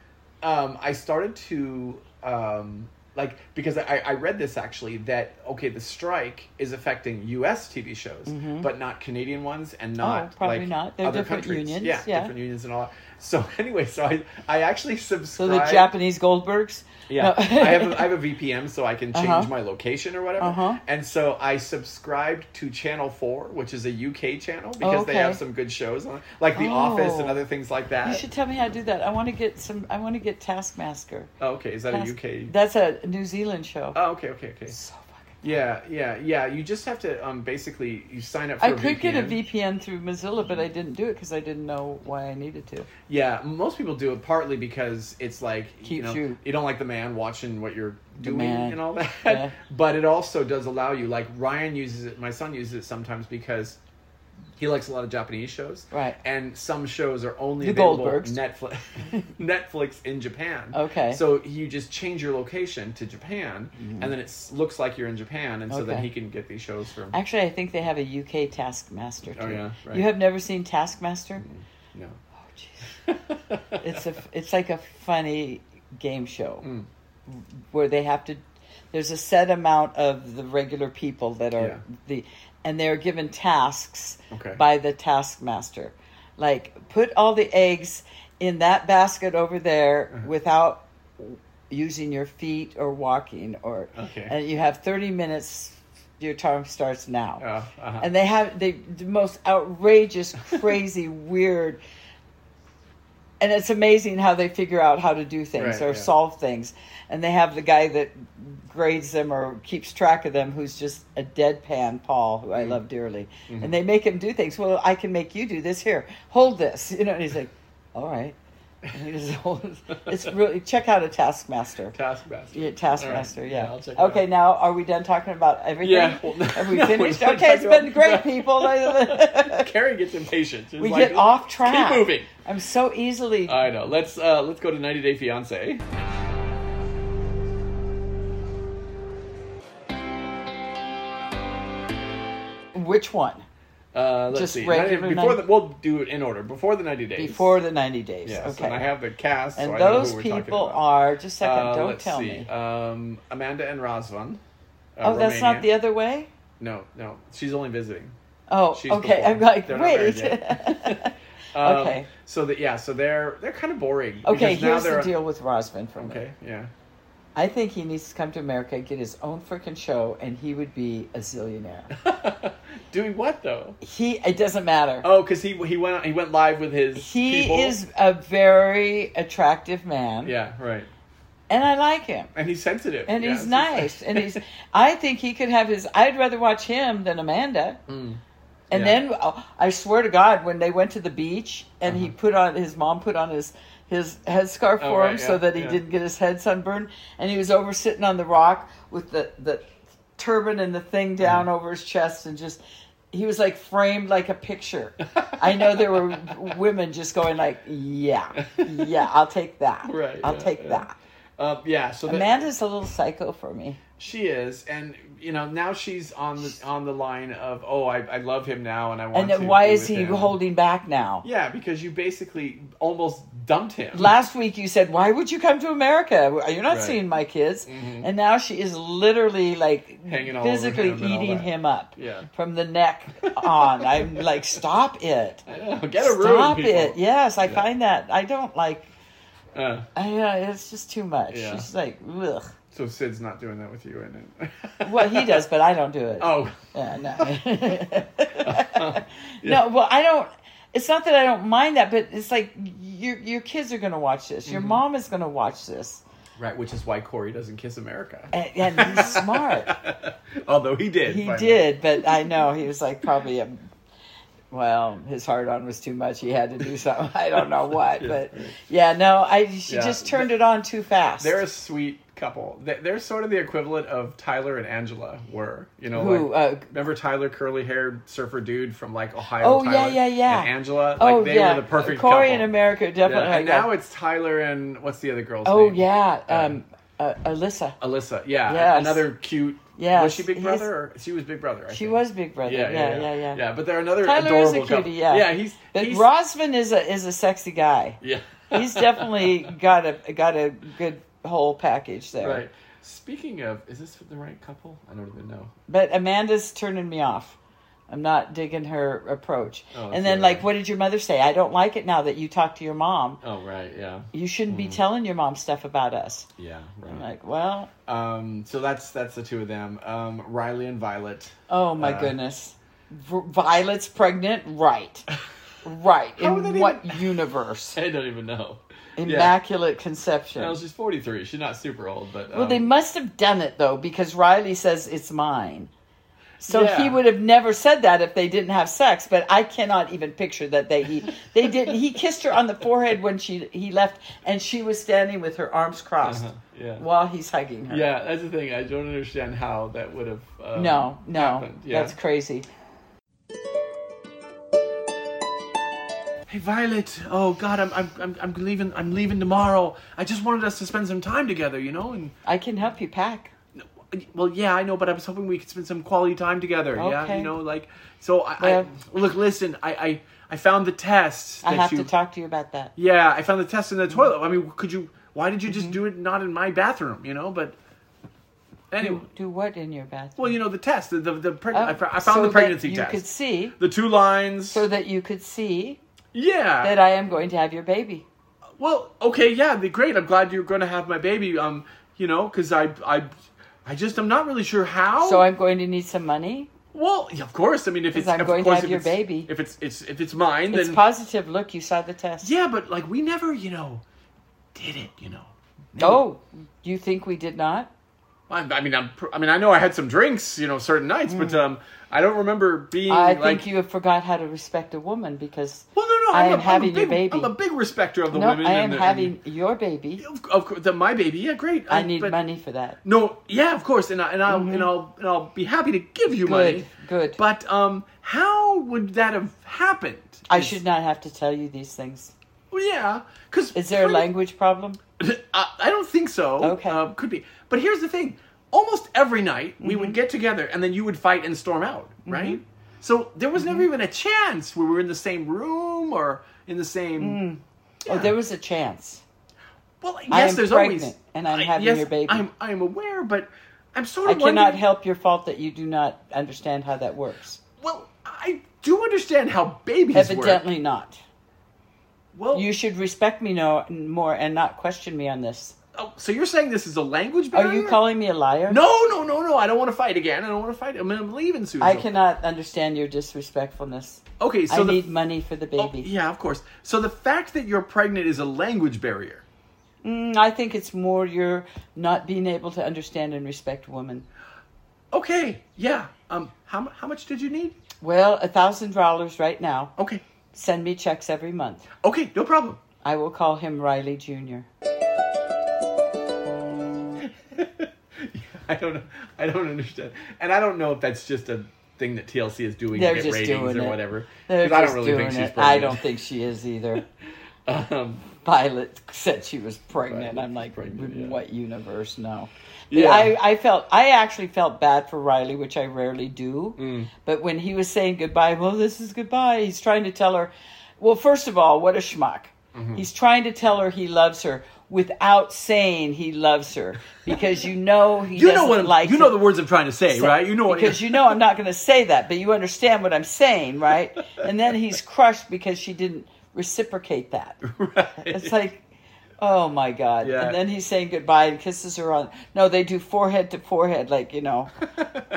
Um, I started to um like because I, I read this actually that okay the strike is affecting U.S. TV shows but not Canadian ones and not Mm-hmm. Oh, probably like not. They're other different countries. unions, Yeah, yeah. different unions and all. that. So <laughs> anyway, so I I actually So subscribed. the Japanese Goldbergs? Yeah, No. I have a, I have a VPN so I can change Uh-huh. my location or whatever. Uh-huh. And so I subscribed to Channel Four, which is a UK channel because they okay. have some good shows on, it, like The Office and Oh. other things like <laughs> You that. should tell me how to do that. I want to get some. I want to get Taskmaster. Oh, okay, is that Task- a UK? That's a New Zealand show. oh, okay, okay, okay. so fucking. Yeah, yeah, yeah. You just have to um basically you sign up. for I a could get a VPN. VPN through Mozilla, but I didn't do it because I didn't know why I needed to. Yeah, most people do it partly because it's like you Keeps know you- you don't like the man watching what you're doing man. and all that. Yeah. <laughs> But it also does allow you like Ryan uses it. My son uses it sometimes because he likes a lot of Japanese shows. Right. And some shows are only The available Goldbergs. Netflix <laughs> <laughs> Netflix in Japan. Okay. Mm-hmm. So you just change your location to Japan, and then it s- looks like you're in Japan, and so then Okay. he can get these shows from. Actually, I think they have a UK Taskmaster too. Oh, yeah, right. You have never seen Taskmaster? no. Oh, jeez. <laughs> it's a. It's like a funny game show Hmm. where they have to. There's a set amount of the regular people that are Yeah. the, and they're given tasks Okay. by the taskmaster, like put all the eggs in that basket over there Uh-huh. without using your feet or walking or Okay. and you have 30 minutes your time starts now Oh, uh-huh. and they have they, the most <laughs> outrageous crazy weird and it's amazing how they figure out how to do things Right, or yeah. solve things and they have the guy that grades them or keeps track of them who's just a deadpan paul who i Mm-hmm. love dearly and they make him do things well i can make you do this here hold this <laughs> you know and he's like all right and he just <laughs> holds it's really check out a taskmaster Taskmaster. yeah, Taskmaster, All right. yeah. I'll check it okay, out. now are we done talking about everything? Yeah, well, <laughs> Have we no, we're finished? done okay, it's talking been about- great, <laughs> people. <laughs> we Carrie gets impatient. She's like, get off track. Keep moving. I'm so easily. I know. Let's uh, let's go to 90 Day Fiance. which one? Uh, let's Just see. regular 90 before 90 the, we'll do it in order. Before the 90 days. Before the 90 days. Yes. okay. And I have the cast. And so I know who those we're talking people about. are. Just a second, Uh, don't let's tell see. me. Um, Amanda and Razvan. uh, oh, that's not Romanian. the other way? No, no. She's only visiting. Oh, She's okay. before. I'm like, They're not married wait. <laughs> yet. Um, Okay. So that yeah, so they're they're kind of boring. Okay, because now here's the they're- deal with Rosman for me. Okay, yeah. I think he needs to come to America, get his own freaking show, and he would be a zillionaire. <laughs> Doing what though? he it doesn't matter. Oh, because he he went he went live with his. he people. is a very attractive man, Yeah, right. and I like him, And he's sensitive. and yeah, he's so- nice, and he's. I think he could have his. I'd rather watch him than Amanda. Mm. And Yeah. then oh, I swear to God, when they went to the beach and he put on his mom put on his his headscarf Uh-huh. Oh, for right, him yeah, so that he yeah. didn't get his head sunburned, and he was over sitting on the rock with the the turban and the thing Uh-huh. down over his chest and just he was like framed like a picture. I know there <laughs> were women just going like, yeah, yeah, I'll take that. <laughs> <laughs> Right, I'll yeah, take yeah. that. Uh, yeah. So that- Amanda's a little psycho for me. she is, and you know now she's on the on the line of oh I, I love him now and I want. And to then why be is with he him. holding back now? Yeah, because you basically almost dumped him. last week you said, "Why would you come to America? You're not Right. Mm-hmm. seeing my kids." And now she is literally like Hanging all over physically him and all eating that. him up Yeah. from the neck <laughs> on. I'm like, "Stop it." I know, <laughs> get a room, Stop people. it. Yes, I find that I don't like Uh, I, uh, it's just too much. Yeah. She's like, "Ugh." so Sid's not doing that with you, and it. <laughs> Well, he does, but I don't do it. <laughs> Oh, Yeah, no. <laughs> <laughs> No, well, I don't. It's not that I don't mind that, but it's like your your kids are going to watch this. Mm-hmm. Your mom is going to watch this, right, which is why Corey doesn't kiss America. and, and <laughs> he's smart. Although he did. He finally. did, but I know he was like probably a. Well, his hard on was too much. He had to do something. I <laughs> don't know what, Yeah, but right. yeah, no, I she Yeah, just turned it on too fast. They're a sweet couple. They- They're sort of the equivalent of Tyler and Angela were. You know, Who, like, uh, remember Tyler, curly-haired surfer dude from like Ohio? Oh, yeah, Tyler, yeah, yeah. And Angela, like oh they yeah, were the perfect Corey couple. in America Yeah, definitely. and like now that. it's Tyler and what's the other girl's oh name? yeah, um, uh, Alyssa. Alyssa. Yeah, Yes. another cute. Yes, was she Big he's- Brother? Or, she was Big Brother. I She think. was Big Brother. Yeah, yeah, yeah, yeah. yeah. But they're another Tyler is a adorable cutie, couple. yeah. yeah, he's But he's Rosman is a is a sexy guy. <laughs> yeah. <laughs> He's definitely got a got a good whole package there. right. Speaking of, is this the right couple? I don't even know. But Amanda's turning me off. I'm not digging her approach. Oh, that's and then the other like, what did your mother say? I don't like it now that you talk to your mom. Oh right, yeah, You shouldn't Hmm. be telling your mom stuff about us. yeah, I'm right. like, well, Um, so that's that's the two of them. Um, Riley and Violet. oh my Uh, goodness, v- Violet's pregnant, <laughs> right? Right. How would that In what <laughs> <laughs> universe? I don't even know. Immaculate conception. No, she's forty three. She's not super old, but um, Well, they must have done it though, because Riley says it's mine. So Yeah. he would have never said that if they didn't have sex. But I cannot even picture that they he, they didn't. He kissed her on the forehead when she he left, and she was standing with her arms crossed Uh-huh, yeah. while he's hugging her. yeah, that's the thing. I don't understand how that would have. Um, No, no, happened. Yeah. that's crazy. Hey Violet, oh God, I'm, I'm I'm I'm leaving. I'm leaving tomorrow. I just wanted us to spend some time together, you know. And I can help you pack. well, yeah, I know, but I was hoping we could spend some quality time together. Yeah, Okay. you know, like so. I, Well- I look, listen, I I I found the test. I that have you, to talk to you about that. Yeah, I found the test Mm-hmm. in the toilet. I mean, could you? Why did you just do it not in my bathroom? You know, but anyway. Do, do what in your bathroom? Well, you know the test, the the, the preg- Oh, I, fo- I found so the that pregnancy you test. could see, the two lines. so that you could see yeah. that I am going to have your baby. well, okay, yeah, the, great. I'm glad you're going to have my baby. Um, you know, because I I I just I'm not really sure how. So I'm going to need some money. well, yeah, of course. I mean, if it's I'm of going to course, have if your it's- baby. If it's it's if it's mine, It's then positive. Look, you saw the test. yeah. But like we never, you know, did it. You know. Oh, you think we did not? I, I mean, I'm, pr- I mean, I know I had some drinks, you know, certain nights, but um, I don't remember being Mm. I like. think you have forgot how to respect a woman because well, no, no, I I'm am a, having I'm a your big, baby. I'm a big respecter of the no, women. I and am the- having your baby. and- of course, the, my baby. Yeah, great. I need but- money for that. No, yeah, of course, and I, and I'll and I'll and I'll be happy to give you money. good. But um, how would that have happened? I Is- should not have to tell you these things. Well, yeah, because Is there a language problem? <coughs> I, I don't think so. Okay. Um, could be. But here's the thing: almost every night we Mm-hmm. would get together, and then you would fight and storm out, right? So there was Mm-hmm. never even a chance where we were in the same room or in the same. Oh, there was a chance. Well, yes, I am there's always. pregnant, and I'm I- having yes, your baby. I'm I'm aware, but I'm sort I of cannot wondering- help your fault that you do not understand how that works. Well, I do understand how babies work. Evidently not. Well, You should respect me no, more and not question me on this. oh, so you're saying this is a language barrier? Are you calling me a liar? No, no, no, no. I don't want to fight again. I don't want to fight. I mean, I'm leaving soon. I so- cannot understand your disrespectfulness. Okay, so I the, need money for the oh, baby. yeah, of course. So the fact that you're pregnant is a language barrier. Mm, I think it's more you're not being able to understand and respect women. Okay, yeah. Um, how mu- how much did you need? Well, a thousand dollars right now. Okay, Send me checks every month. okay, no problem. I will call him Riley Jr. <laughs> I don't know. I don't understand, and I don't know if that's just a thing that TLC is doing They're to get just ratings doing or it. whatever. They're Because I don't just really doing think she's it. pregnant. <laughs> I don't think she is either. Um, Violet <laughs> said she was pregnant. Right, I'm like, pregnant, "In yeah. what universe? No. Yeah. I, I felt, I actually felt bad for Riley, which I rarely do. Mm. But when he was saying goodbye, well, this is goodbye, he's trying to tell her, well, first of all, what a schmuck. Mm-hmm. He's trying to tell her he loves her without saying he loves her because you know <laughs> he you know doesn't what? I'm, like you know it the words I'm trying to say, say- right? You know what? because you know I'm not going to say that, but you understand what I'm saying, right? <laughs> And then he's crushed because she didn't <laughs> reciprocate that. <laughs> Right. It's like, oh my god! Yeah. And then he's saying goodbye and kisses her on. No, they do forehead to forehead, like you know,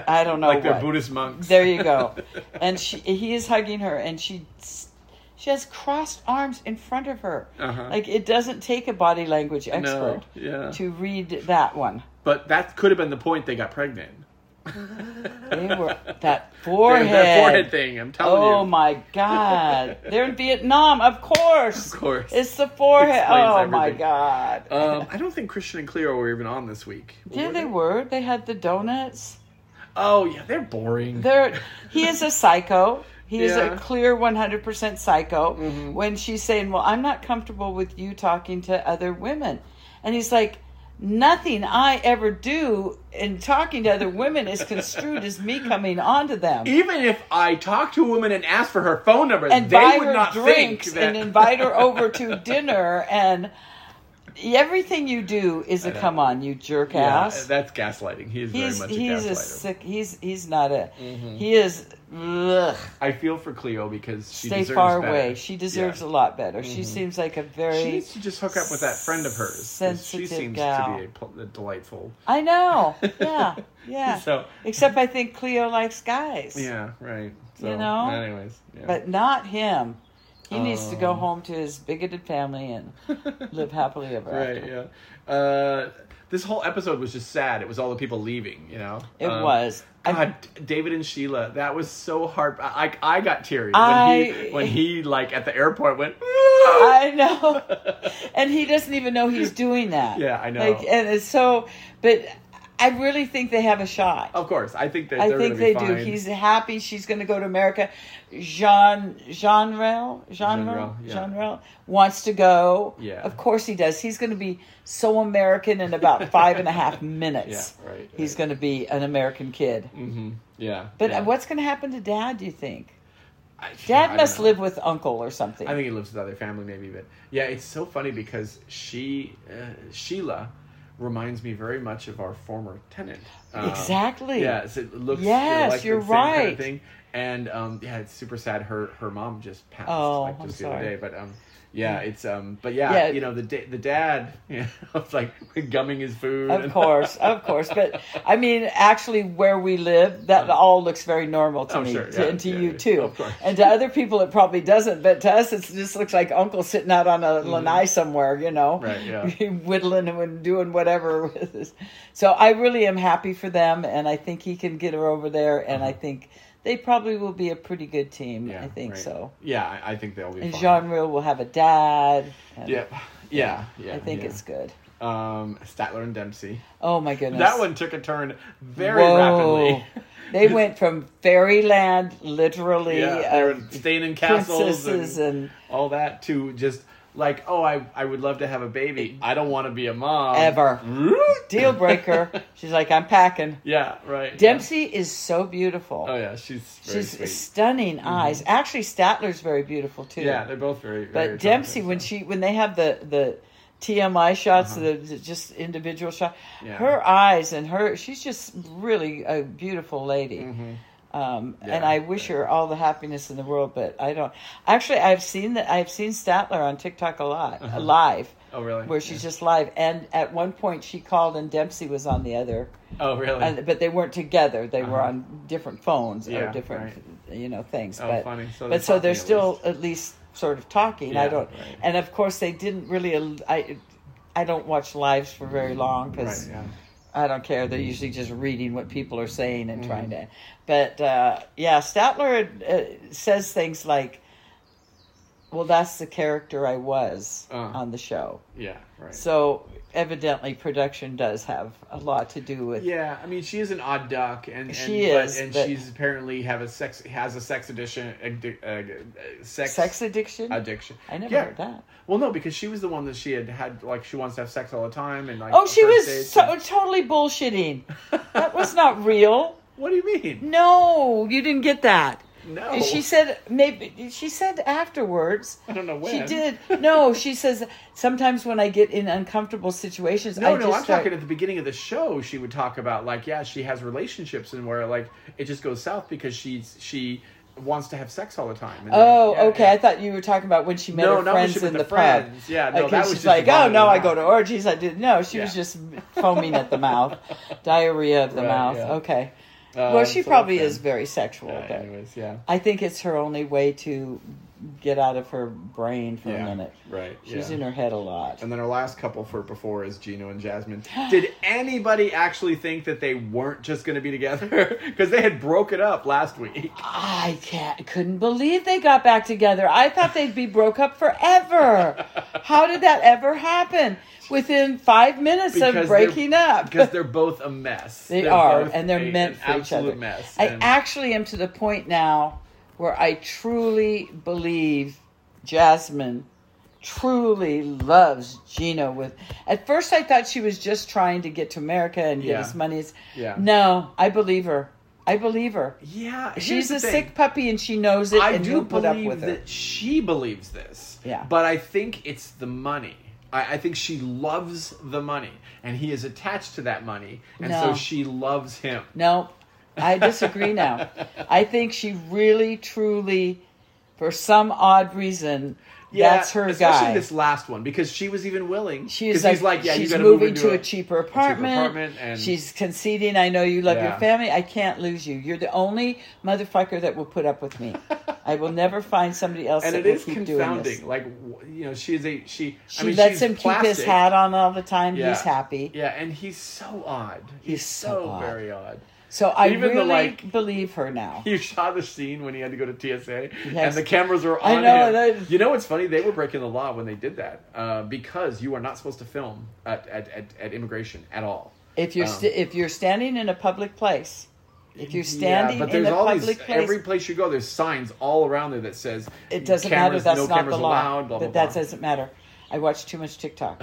I don't know. <laughs> like they're what. Buddhist monks. There you <laughs> go. And she, he is hugging her, and she, she has crossed arms in front of her. Uh-huh. Like it doesn't take a body language expert yeah. to read that one. But that could have been the point they got pregnant. They <laughs> were that That- forehead. That forehead thing. I'm telling you. Oh my God! They're in Vietnam, of course. Of course. it's the forehead. Explains Oh my everything. God! Um, I don't think Christian and Cleo were even on this week. yeah, they were. They had the donuts. Oh yeah, they're boring. They're, he is a psycho. He is Yeah. Mm-hmm. a clear 100% psycho. When she's saying, "Well, I'm not comfortable with you talking to other women," and he's like. Nothing I ever do in talking to other women is construed as me coming onto <laughs> them. even if I talked to a woman and asked for her phone number, and they buy would her not think drinks that. and invite <laughs> her over to dinner and everything you do is a come on you jerk yeah, ass that's gaslighting. He is he's very much he's a gaslighter. a sick he's he's not a he is ugh, I feel for Cleo because she stay deserves far better. away she deserves Yeah. a lot better she seems like a very She needs to just hook up with that friend of hers. 'cause She sensitive seems gal. to be a, pl- a delightful. i know <laughs> yeah yeah So- except i think cleo likes guys Yeah, right. So, You know? Anyways, yeah. but not him he needs to go Um. home to his bigoted family and <laughs> live happily ever after right, yeah. Uh, this whole episode was just sad. It was all the people leaving. You know, It Um, was. I- God, D- David and Sheila. That was so hard. I I, I got teary when I- he when he like at the airport went. I know. <laughs> And he doesn't even know he's doing that. Yeah, I know. Like, and it's so, but I really think they have a shot. <laughs> Of course, I think that I they're think gonna be they do. fine. He's happy she's going to go to America. Jean Jeanrel Jeanrel Jeanrel, yeah. Jeanrel wants to go. Yeah. of course he does. He's going to be so American in about <laughs> five and a half minutes. Yeah, right, He's right. going to be an American kid. Mhm, Yeah, But uh, yeah. what's going to happen to Dad? Do you think I- I Dad don't must know. live with Uncle or something? I think he lives with other family, maybe. But yeah, it's so funny because she uh, Sheila reminds me very much of our former tenant. Um, exactly. Yes, it looks. Yes, like the you're same kind of right. thing. And um, yeah, it's super sad. Her her mom just passed Oh, like I'm just the sorry. other day. But um, yeah, it's um, but yeah, Yeah. you know the da- the dad, <laughs> you know, it's like gumming his food. Of <laughs> course, of course. But I mean, actually, where we live, that all looks very normal to Oh, me, sure, to- yeah, and to yeah, you yeah, too. of course. And to other people, it probably doesn't. But to us, it just looks like Uncle sitting out on a lanai somewhere, you know, Mm-hmm. Right, yeah. <laughs> whittling and doing whatever. <laughs> with his- so I really am happy for them, and I think he can get her over there, and I think they probably will be a pretty good team. Mm-hmm. Yeah, I think right. so. Yeah, I, I think they'll be. And fine. Jean Real will have a dad. and Yeah, yeah, yeah. I think yeah. it's good. um Statler and Dempsey. Oh my goodness. That one took a turn very rapidly. <laughs> They went from fairyland, <laughs> literally, Yeah, they were of staying in castles uh, princesses and, and, all that to just like, oh, I I would love to have a baby. I don't want to be a mom <laughs> Ever. deal breaker. She's like, I'm packing. Oh. yeah, right. Dempsey is so beautiful. Oh yeah, she's very She's sweet. Mm-hmm. stunning eyes. Actually, Statler's very beautiful too. yeah, they're both very. very but Dempsey, attractive, when so. Uh-huh. she when they have the the TMI shots, the, the just individual shot, Yeah. her eyes and her she's just really a beautiful lady. Um, Mm-hmm. Yeah. And I wish her all the happiness in the world, but I don't. Actually, I've seen that. I've seen Statler on TikTok a lot, live. Oh, really? Where she's just live, and at one point she called, and Dempsey was on the other, Oh, really? and, but they weren't together. They were Uh-huh. on different phones Yeah, or different, you know, things. Oh, but funny. So but they're so they're talking at still least. at least sort of talking. I Yeah, don't, right. and of course they didn't really. al- I I don't watch lives for very long right. because. Yeah. I don't care. They're usually just reading what people are saying and trying Mm-hmm. to. But uh, yeah, Statler uh, says things like, "Well, that's the character I was Uh. on the show." Yeah. Right. So evidently, production does have a lot to do with. Yeah, I mean, she is an odd duck, and, and She but- is, and but- she's apparently have a sex has a sex addiction, addi- uh, sex Sex addiction? addiction. I never Yeah. heard that. Well, no, because she was the one that she had had like she wants to have sex all the time, and like Oh, she first was dates so, and- totally <laughs> bullshitting. That was not real. what do you mean? No, you didn't get that. No. And She said maybe she said afterwards. I don't know when. She did. No, she says sometimes when I get in uncomfortable situations, No, I no, just I'm start, talking at the beginning of the show. She would talk about like, yeah, she has relationships and where like it just goes south because she's she wants to have sex all the time. and then- Oh, yeah, okay. yeah. I thought you were talking about when she met No, her not when friends she met in the the, friends. pub. Yeah, no, that Like, 'cause was she's just like, the oh vomit no, I in the go to mouth." orgies. I did no. She was Yeah. just foaming at <laughs> the mouth, diarrhea of the Right, mouth. yeah. Okay. Uh, well, she so probably then- is very sexual, Yeah, but anyways, yeah. I think it's her only way to get out of her brain for Yeah, a minute. right, She's yeah. in her head a lot. And then our last couple for before is Gino and <gasps> Jasmine. Did anybody actually think that they weren't just going to be together? <laughs> Because they had broken up last week. I can't, couldn't believe they got back together. I thought they'd be broke up <laughs> forever. How did that ever happen? Within five minutes of <laughs> Because they're- breaking up. Because they're both a mess. They are, both and they're a- meant an for each absolute other. Mess. I And- actually am to the point now where I truly believe Jasmine truly loves Gino. With at first, I thought she was just trying to get to America and get Yeah. his monies. Yeah. No, I believe her. I believe her. yeah, here's She's the a thing. sick puppy, and she knows it. I and do he'll put up believe with her. that she believes this. Yeah. But I think it's the money. I, I think she loves the money, and he is attached to that money, and No. so she loves him. No, I <laughs> disagree now. I think she really, truly, for some odd reason, that's her especially guy. this last one because she was even willing. She's 'Cause like, he's like, yeah, she's you gotta moving move into to a, cheaper apartment. apartment and- she's conceding, I know you love your Yeah. family. I can't lose you. You're the only motherfucker that will put up with me. I will never find somebody else and that it will is keep doing this. confounding. Like w- you know, she's a she. She I mean, lets she's him plastic. keep his hat on all the time. Yeah. He's happy. Yeah, and he's so odd. He's, so so, odd. very odd. So I Even the, really like- believe her now. <laughs> You shot the scene when he had to go to TSA, Yes. and the cameras were I on know, him. and I- You know what's funny? They were breaking the law when they did that uh, because you are not supposed to film at, at, at, at immigration at all. If you're Um, st- if you're standing in a public place, if you're standing yeah, but in there's a all public these, place, every place you go, there's signs all around there that says it doesn't cameras, matter. no That's not cameras the law. allowed. Blah, blah, but that blah. doesn't matter. I watch too <laughs> much TikTok.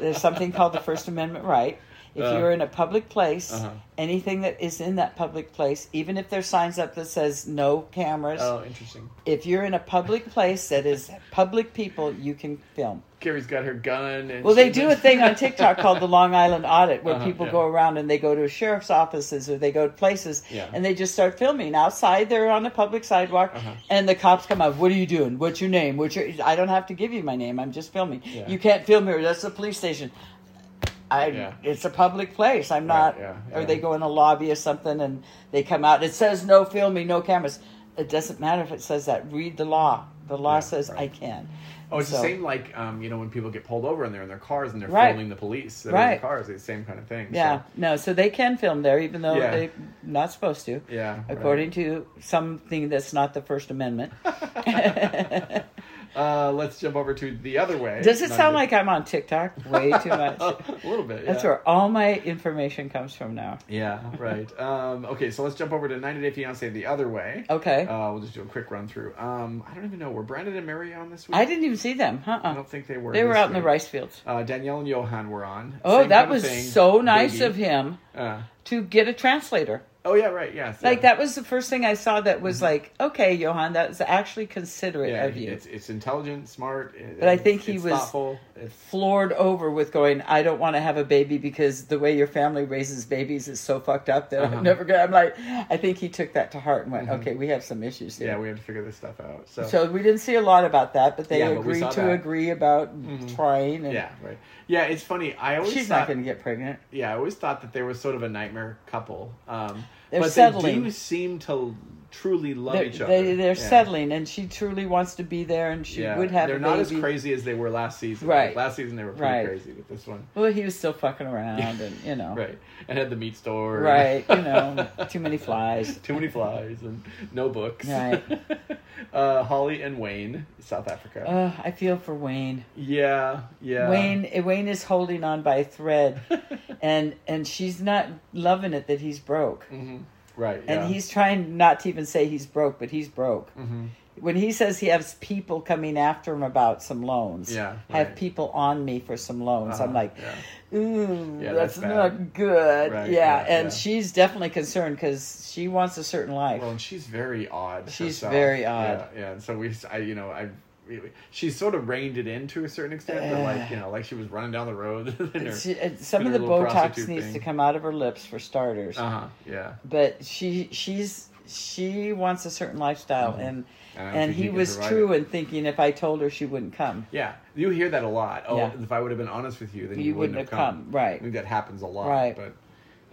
There's something called the First Amendment right. If Uh. you're in a public place, Uh-huh. anything that is in that public place, even if there's signs up that says no cameras, Oh, interesting. if you're in a public place that is public people, you can film. Carrie's got her gun. And Well, they she- do a thing on TikTok called the Long Island Audit, where Uh-huh, people yeah. go around and they go to sheriff's offices or they go to places Yeah. and they just start filming outside. They're on a public sidewalk, Uh-huh. and the cops come up. What are you doing? What's your name? What's your? I don't have to give you my name. I'm just filming. Yeah. You can't film here. That's the police station. I, Yeah. It's a public place. I'm not. yeah, Or yeah. they go in a lobby or something, and they come out. It says no filming, no cameras. It doesn't matter if it says that. Read the law. The law Yeah, says right. I can. <laughs> Oh, it's So- the same like um, you know when people get pulled over and they're in their cars and they're Right. filming the police. That are in Right. the cars. It's the same kind of thing. so- Yeah, no, so they can film there, even though Yeah. they're not supposed to. Yeah, right. According to something that's not the <laughs> First Amendment. Uh, let's jump over to the other way. Does it Not sound the- <laughs> like I'm on TikTok way too much? a little bit? That's yeah. where all my information comes from now. Yeah, right. Um, okay, so let's jump over to 90 Day Fiance the other way. Okay. Uh, we'll just do a quick run through. Um, I don't even know. Were Brandon and Mary on this week? I didn't even see them, huh? I don't think they were. They were this out in the week. rice fields. Uh, Danielle and Johan were on. Oh, Same that kind of was thing, so nice baby. of him Uh, to get a translator. Oh yeah, right. Yes. yeah. Like Mm-hmm. that was the first thing I saw that was like, okay, Johan, that was actually considerate Yeah, of he- you. it's it's intelligent, smart. But I think he it's was- thoughtful. It's, floored over with going, I don't want to have a baby because the way your family raises babies is so fucked up that Uh-huh. Mm-hmm. I'm never gonna. I'm like, I think he took that to heart and went, okay, we have some issues here. yeah, we had to figure this stuff out. So, so we didn't see a lot about that, but they Yeah, but we agreed saw to that. Mm-hmm. agree about trying. And yeah, right. Yeah, it's funny. I always she's thought, not going to get pregnant. yeah, I always thought that they were sort of a nightmare couple. Um, They're but settling. they do seem to truly love They're, each other. they, are Yeah. settling, and she truly wants to be there, and she Yeah. would have. They're a not as baby. crazy as they were last season. Right. Like, last season they were pretty Right. crazy, but this one, Well, he was still fucking around, and you know, right? And had the meat store. and- right, you know, too many flies. <laughs> Too many flies and no books. Right. <laughs> uh, Holly and Wayne, South Africa. Ugh, I feel for Wayne. yeah, yeah. Uh, Wayne Wayne is holding on by <laughs> a thread, and and she's not loving it that he's broke. Right. And yeah. Mm-hmm. he's trying not to even say he's broke, but he's broke. When he says he has people coming after him about some loans, Yeah, I have right. people on me for some loans. I'm Uh-huh, like, ooh, Yeah, that's, that's bad. not good. Right, yeah. yeah, and yeah. she's definitely concerned because she wants a certain life. Well, and she's very odd. She's herself. very odd. Yeah, yeah. And so we, I, you know, I, we- she sort of reined it in to a certain extent, but Eh. like, you know, like she was running down the road. <laughs> and her, She- and some of her the little Botox prostitute needs to thing. come out of her lips for starters. uh-huh. Yeah. but she she's she wants a certain lifestyle and Mm-hmm. And I and, don't think he he can was provide true in thinking if I told her she wouldn't come. Yeah. You hear that a lot. Oh, Yeah. if I would have been honest with you, then You you, wouldn't, have come. Right. I think that happens a lot. Right. But,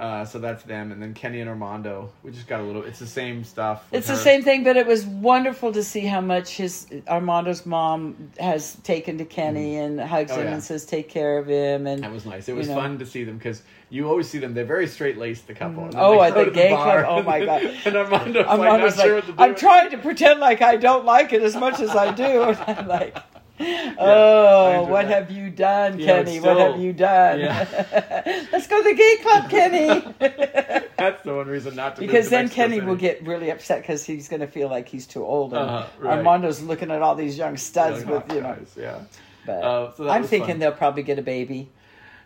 uh, so that's them. And then Kenny and Armando, we just got a little, it's the same stuff. with It's the her. same thing, but it was wonderful to see how much his Armando's mom has taken to Kenny and hugs Oh, him yeah. and says take care of him and That was nice. It you was know. fun to see them because you always see them. They're very straight laced, the couple. And then Oh, they at go the to gay club? bar, Oh, my God. <laughs> And Armando's, like, Armando's not sure what to like do. I'm trying to pretend like I don't like it as much as I do. <laughs> And I'm like, I oh, enjoyed what that. have you done, Yeah, Kenny? it's what have still- you done? Yeah. <laughs> Let's go to the gay club, Kenny. <laughs> That's the one reason not to. move Because to then Mexico Kenny City. will get really upset because he's going to feel like he's too old, and Uh-huh, right. Armando's looking at all these young studs Young with you know. Hawkeyes, Yeah, But Uh, so that I'm was thinking fun. they'll probably get a baby.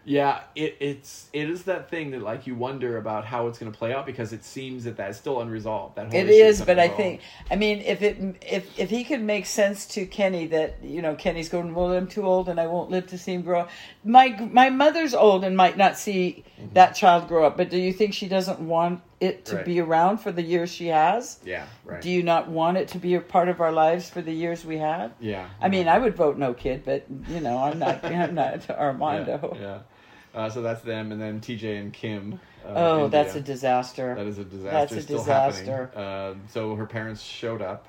yeah. It it's it is that thing that like you wonder about how it's going to play out because it seems that that's still unresolved. That whole It issue is, but I unresolved. think I mean if it if if he could make sense to Kenny that you know Kenny's going well I'm too old and I won't live to see him grow. up. My my mother's old and might not see that child grow up, but do you think she doesn't want it to Mm-hmm. Right. be around for the years she has? yeah, right. Do you not want it to be a part of our lives for the years we have? Yeah. I mean, I would vote no kid, but you know, I'm <laughs> not. I'm not Yeah, Armando. Yeah. Uh, so that's them, and then TJ and Kim. Uh, Oh, India. that's a disaster. that is a disaster. that's a still disaster. Happening. Uh, so her parents showed up.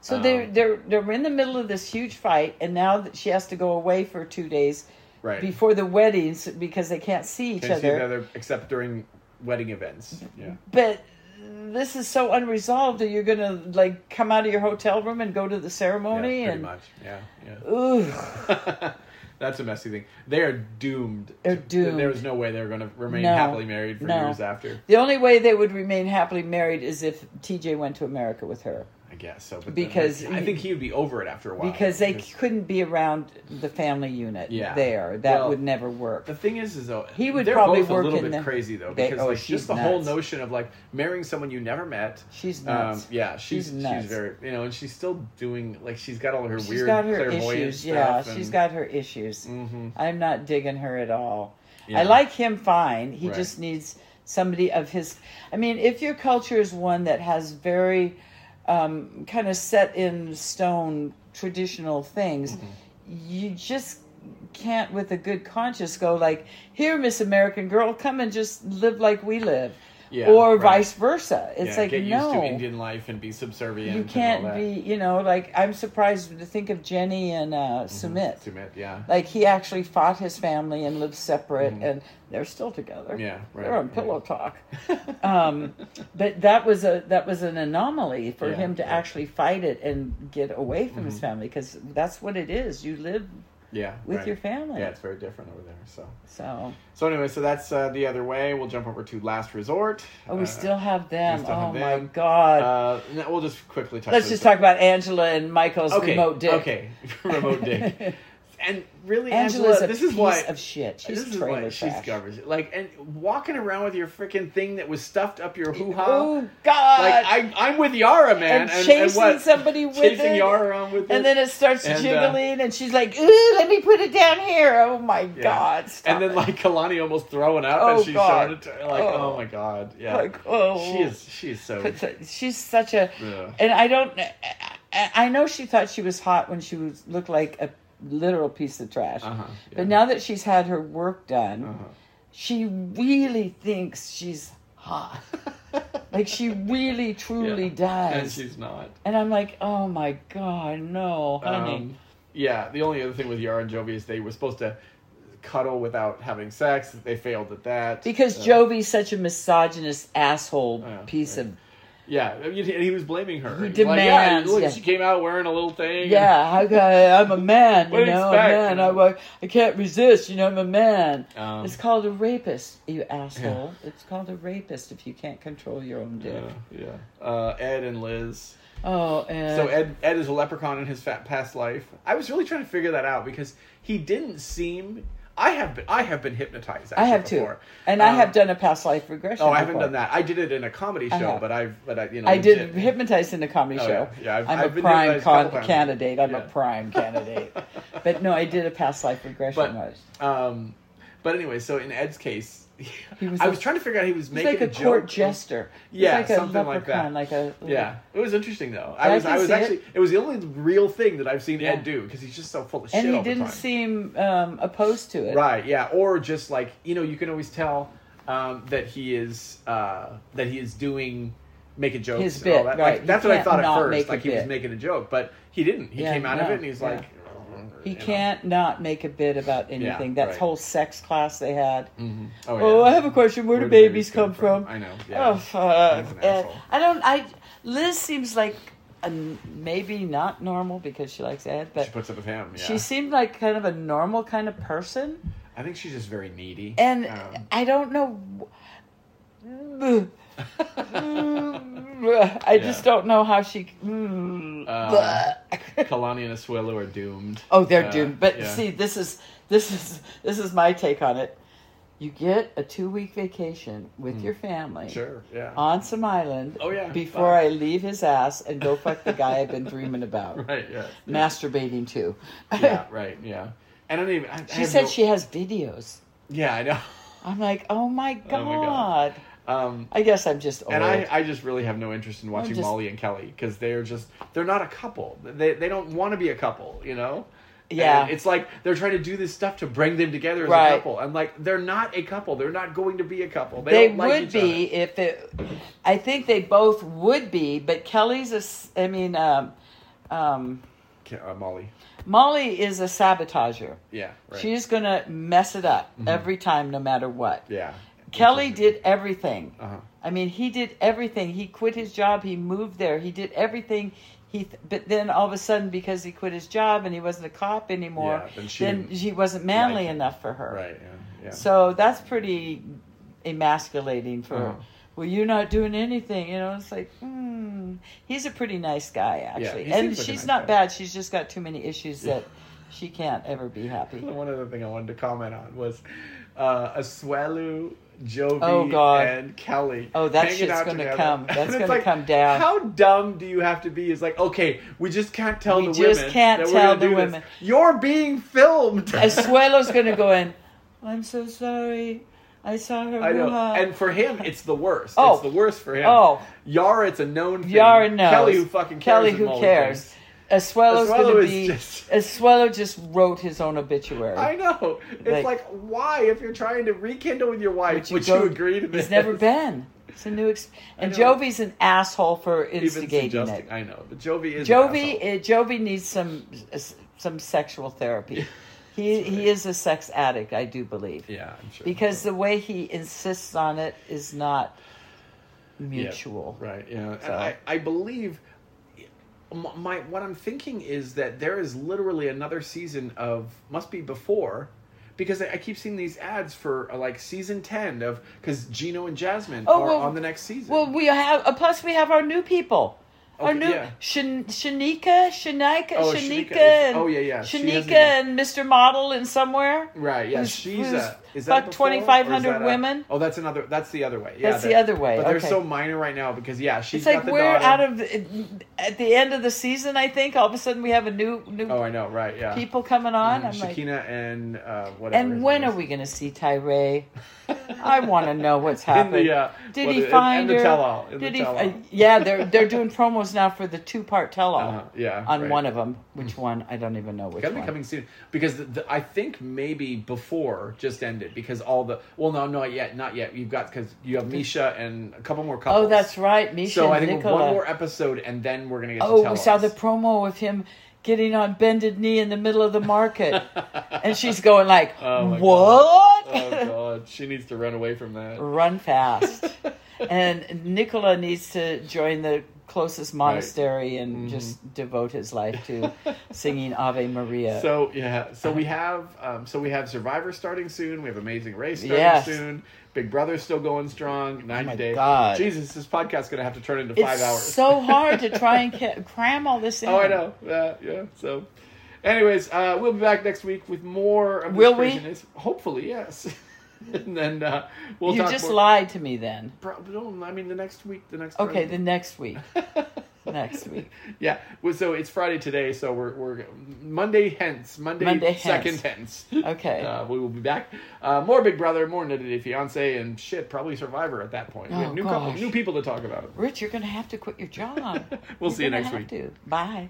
so they're um, they're they're in the middle of this huge fight, and now that she has to go away for two days Right. before the weddings because they can't see each Can't see other. each other except during wedding events. Yeah. But this is so unresolved. Are you gonna like come out of your hotel room and go to the Yeah, ceremony? pretty and much. Yeah. Yeah. Ugh. That's a messy thing. They are doomed. They're doomed. There is no way they're going to remain No. happily married for No. years after. The only way they would remain happily married is if TJ went to America with her. I guess so. But then, Because like, I think he would be over it after a while. because they couldn't be around the family unit Yeah. there. That Well, would never work. the thing is, is though He would they're probably both work a little in bit the- crazy though They- because oh, like she's just the whole nuts. notion of like marrying someone you never met. um, She's nuts. yeah, she's She's she's, nuts. very you know, and she's still doing like she's got all her She's weird got her clairvoyant issues. stuff. Yeah, and, she's got her issues. Mm-hmm. I'm not digging her at all. Yeah. I like him fine. He Right. just needs somebody of his. I mean, if your culture is one that has very um, kind of set in stone traditional things, Mm-hmm. you just can't with a good conscience go like here miss american girl come and just live like we live Yeah, or right. vice versa it's yeah, like get no used to Indian life and be subservient. you and all can't that. be you know like i'm surprised to think of jenny and uh, Mm-hmm. sumit Sumit, yeah. like he actually fought his family and lived separate and they're still together Mm-hmm. Yeah, right, they're on right. pillow talk um, but that was a that was an anomaly for Yeah, him to yeah. Mm-hmm. actually fight it and get away from his family because that's what it is you live yeah, with right. your family. Yeah, it's very different over there. So. so So anyway, so that's uh, the other way. We'll jump over to Last Resort. oh we Uh, still have them we still oh have my them. god Uh, no, we'll just quickly touch. let's those just up. talk about angela and michael's Okay. <laughs> remote dick <laughs> Okay. remote dick. and really, Angela's Angela, a this piece is why of shit. She's this is trailer why she's trash. garbage. Like and walking around with your freaking thing that was stuffed up your hoo ha. Oh God! Like I, I'm with Yara, man, and, chasing what? <laughs> somebody with it, chasing Yara around with and it. then it starts And, uh, jiggling, and she's like, "Ooh, let me put it down here." Oh my Yeah. God! stop and then it. like Kalani almost throwing up, Oh, and she God. showed it to her, like, Oh. oh. my god, yeah, Like, oh. she is, she is so. But th- she's such a, Yeah. and I don't. I- I I know she thought she was hot when she was, looked like a literal piece of trash, Uh-huh, yeah. but now that she's had her work done, Uh-huh. she really thinks she's <laughs> hot. like she really, truly Yeah. and does. And, she's not. I'm like, oh my god, no, honey. Um, yeah, the only other thing with Yara and Jovi is they were supposed to cuddle without having sex. They failed at that because Uh, Jovi's such a misogynist asshole Yeah, piece right. of Yeah, I mean, and he was blaming her. He He's like, yeah, demands, look, yeah. she came out wearing a little thing. and- Yeah, how can I, I'm a man, What you do you know, a expect, you man. I, know? wa- I can't resist, you know, I'm a man. Um, it's called a rapist, you asshole. It's called a rapist if you can't control your own dick. yeah, yeah. Uh, Ed and Liz. Oh, and So Ed, Ed is a leprechaun in his fat past life. I was really trying to figure that out because he didn't seem. I have been, I have been hypnotized. Actually I have before. too, and I Um, have done a past life regression. Oh, I haven't before. done that. I did it in a comedy I show, have. but I've but I you know I did legit- hypnotized in the comedy Oh, show. yeah. Yeah, I've- I'm I've a been prime hypnotized a couple con- times. candidate. I'm Yeah. a prime <laughs> candidate. but no, I did a past life regression. But once. um, but anyway, so in Ed's case, he was was <laughs> I a- was trying to figure out he was He's making like a, joke court of- jester. He's Yeah, like a something like that. leprechaun, Like a Yeah, it was interesting though. I I was, can I, was see it. actually, it. was the only real thing that I've seen Yeah. Ed do because he's just so full of and shit he all the didn't time. seem um, opposed to it. right? Yeah, or just like you know, you can always tell um, that he is uh, that he is doing making jokes His and bit, all that. right. Like, that's You what I can't thought at not first. make Like a he was bit. making a joke, but he didn't. He Yeah, came out of no, it and he's yeah. like, He you know. can't not make a bit about anything. that right. whole sex class they had. Mhm. Oh, yeah. Oh, I have a question. Where, do babies, come from? I know. Yeah. Oh, fuck. He's an Uh, asshole. I don't. I Liz seems like a, n- maybe not normal because she likes Ed, but she puts up with him. Yeah. she seemed like kind of a normal kind of person. I think she's just very needy. And <laughs> Um, I don't know. Mm, <laughs> I just don't know how she. mm. <laughs> Kalani and Asuelo are doomed. <laughs> oh, they're Uh, doomed. But Um, yeah. see, this is this is this is my take on it. You get a two week vacation with your family Hmm. Sure. Yeah. on some island. Oh, yeah. Before Fuck. I leave his ass and go fuck the guy I've been dreaming <laughs> about, right. <laughs> Yeah. masturbating to. <laughs> yeah. Right. Yeah. And I don't even. I, I she have said no- she has videos. Yeah, I know. <laughs> I'm like, oh my god. Oh, my God. Um, I guess I'm just old. and I, I just really have no interest in watching just- Molly and Kelly because they're just they're not a couple. They they don't want to be a couple, you know. Yeah. And it's like they're trying to do this stuff to bring them together as Right. a couple, and like they're not a couple. They're not going to be a couple. They, They don't like would each be other. if it. I think they both would be, but Kelly's a. s- I mean, um, um, Ca- uh, Molly. Molly is a sabotager. Yeah. Right. Mm-hmm. She's gonna mess it up every time, no matter what. yeah. Kelly did everything. Uh-huh. I mean, he did everything. He quit his job. He moved there. He did everything. He, th- but then all of a sudden, because he quit his job and he wasn't a cop anymore, Yeah, then she didn't wasn't manly like him. enough for her. Right. Yeah. Yeah. So that's pretty emasculating for. Uh-huh. Well, you're not doing anything, you know. It's like, hmm. He's a pretty nice guy, actually, he and seems like a she's nice not guy. bad. She's just got too many issues that she can't ever be happy. <laughs> One other thing I wanted to comment on was uh, Asuelu, Jovi, Oh, God. and Kelly. Oh, that hanging shit's out gonna together. <laughs> come. That's And it's gonna like, come down. How dumb do you have to be? Is like, okay, we just can't tell We the women. just can't that tell we're gonna the do this. women. You're being <laughs> filmed. Asuelo's gonna go in. I'm so sorry. I saw her. <laughs> I know. hoo-ha." And for him, it's the worst. Oh. It's the worst for him. Oh. Yara, it's a known thing. Yara knows. Kelly, who fucking cares. Kelly, is who Molly cares? thinks. Asuelo Asuelo's gonna is be. just- Asuelo just wrote his own obituary. I know. It's Like- like, why, if you're trying to rekindle with your wife, would you, go- agree to this? He's never been. It's a new experience. And know. Jovi's an asshole for even instigating suggesting. it. I know, but Jovi is an Jovi, asshole. uh, Jovi needs some s- some sexual therapy. He he is a sex addict, I do believe, yeah, I'm sure because the way he insists on it is not mutual. Yeah, right. Yeah, And So- I, I believe m- my what I'm thinking is that there is literally another season of must be before. Because I I keep seeing these ads for uh, like season ten of because Gino and Jasmine Oh, are well- on the next season. Well, we have uh, plus we have our new people. Our new yeah. Shan- Shanika, Shanika, Oh, Shanika Shanika, is- and, oh, yeah, yeah. She Shanika hasn't even- and Mr. Model and somewhere. Right. Yeah. Who's- she's who's a. Is that fucked before, or is 2,500 that a- women? oh, that's another. That's the other way. Yeah. That's the that- other way, But they're okay. so minor right now because yeah, she's It's got like the we're daughter. out of the, at the end of the season. I think all of a sudden we have a new new Oh, I know. Right. Yeah. Mm, people coming on. I'm like, Shakina and uh, whatever. his and name when is. are we going to see Tyree? I want to know <laughs> what's In happened. the, uh, Did what- he in- find in the her? tell-all, in the Did he? tell-all. uh, yeah, they're they're doing promos now for the two part tell all. Uh-huh, yeah, on right. Hmm. one of them. Which one? I don't even know which <laughs> Gotta one. be coming soon because the, the, I think maybe before just ended because all the well no not yet not yet you've got because you have Misha and a couple more couples oh, that's right, Misha so I and think Nicola. one more episode and then we're gonna get to oh, tell we saw us. the promo of him getting on bended knee in the middle of the <laughs> market, and she's going like, Oh, my God. "What?" <laughs> oh god she needs to run away from that run fast. and Nicola needs to join the closest monastery and Mm-hmm. just devote his life to singing Ave Maria. so yeah so we have um, so we have Survivor starting soon we have Amazing Race starting Yes. Oh, soon Big Brother's still going strong ninety my days God. Jesus this podcast's gonna have to turn into it's five hours so hard to try and ca- cram all this <laughs> in. Oh, I know. Uh, yeah. So, anyways, uh, we'll be back next week with more. Of this Will we? craziness. Hopefully, yes. <laughs> and then uh, we'll You talk just more. lied to me then. Pro- no, I mean the next week. The next. Okay, the Friday. next week. <laughs> next week. Yeah. Well, so it's Friday today. So we're we're Monday hence Monday, Monday hence. second hence. <laughs> Okay. Uh, we will be back. Uh, more Big Brother, more Nitty Fiance, and shit, probably Survivor at that point. we have Oh, new couple, gosh. new people to talk about. Rich, you're going to have to quit your job. <laughs> We'll You're see you gonna next have week. to. Bye.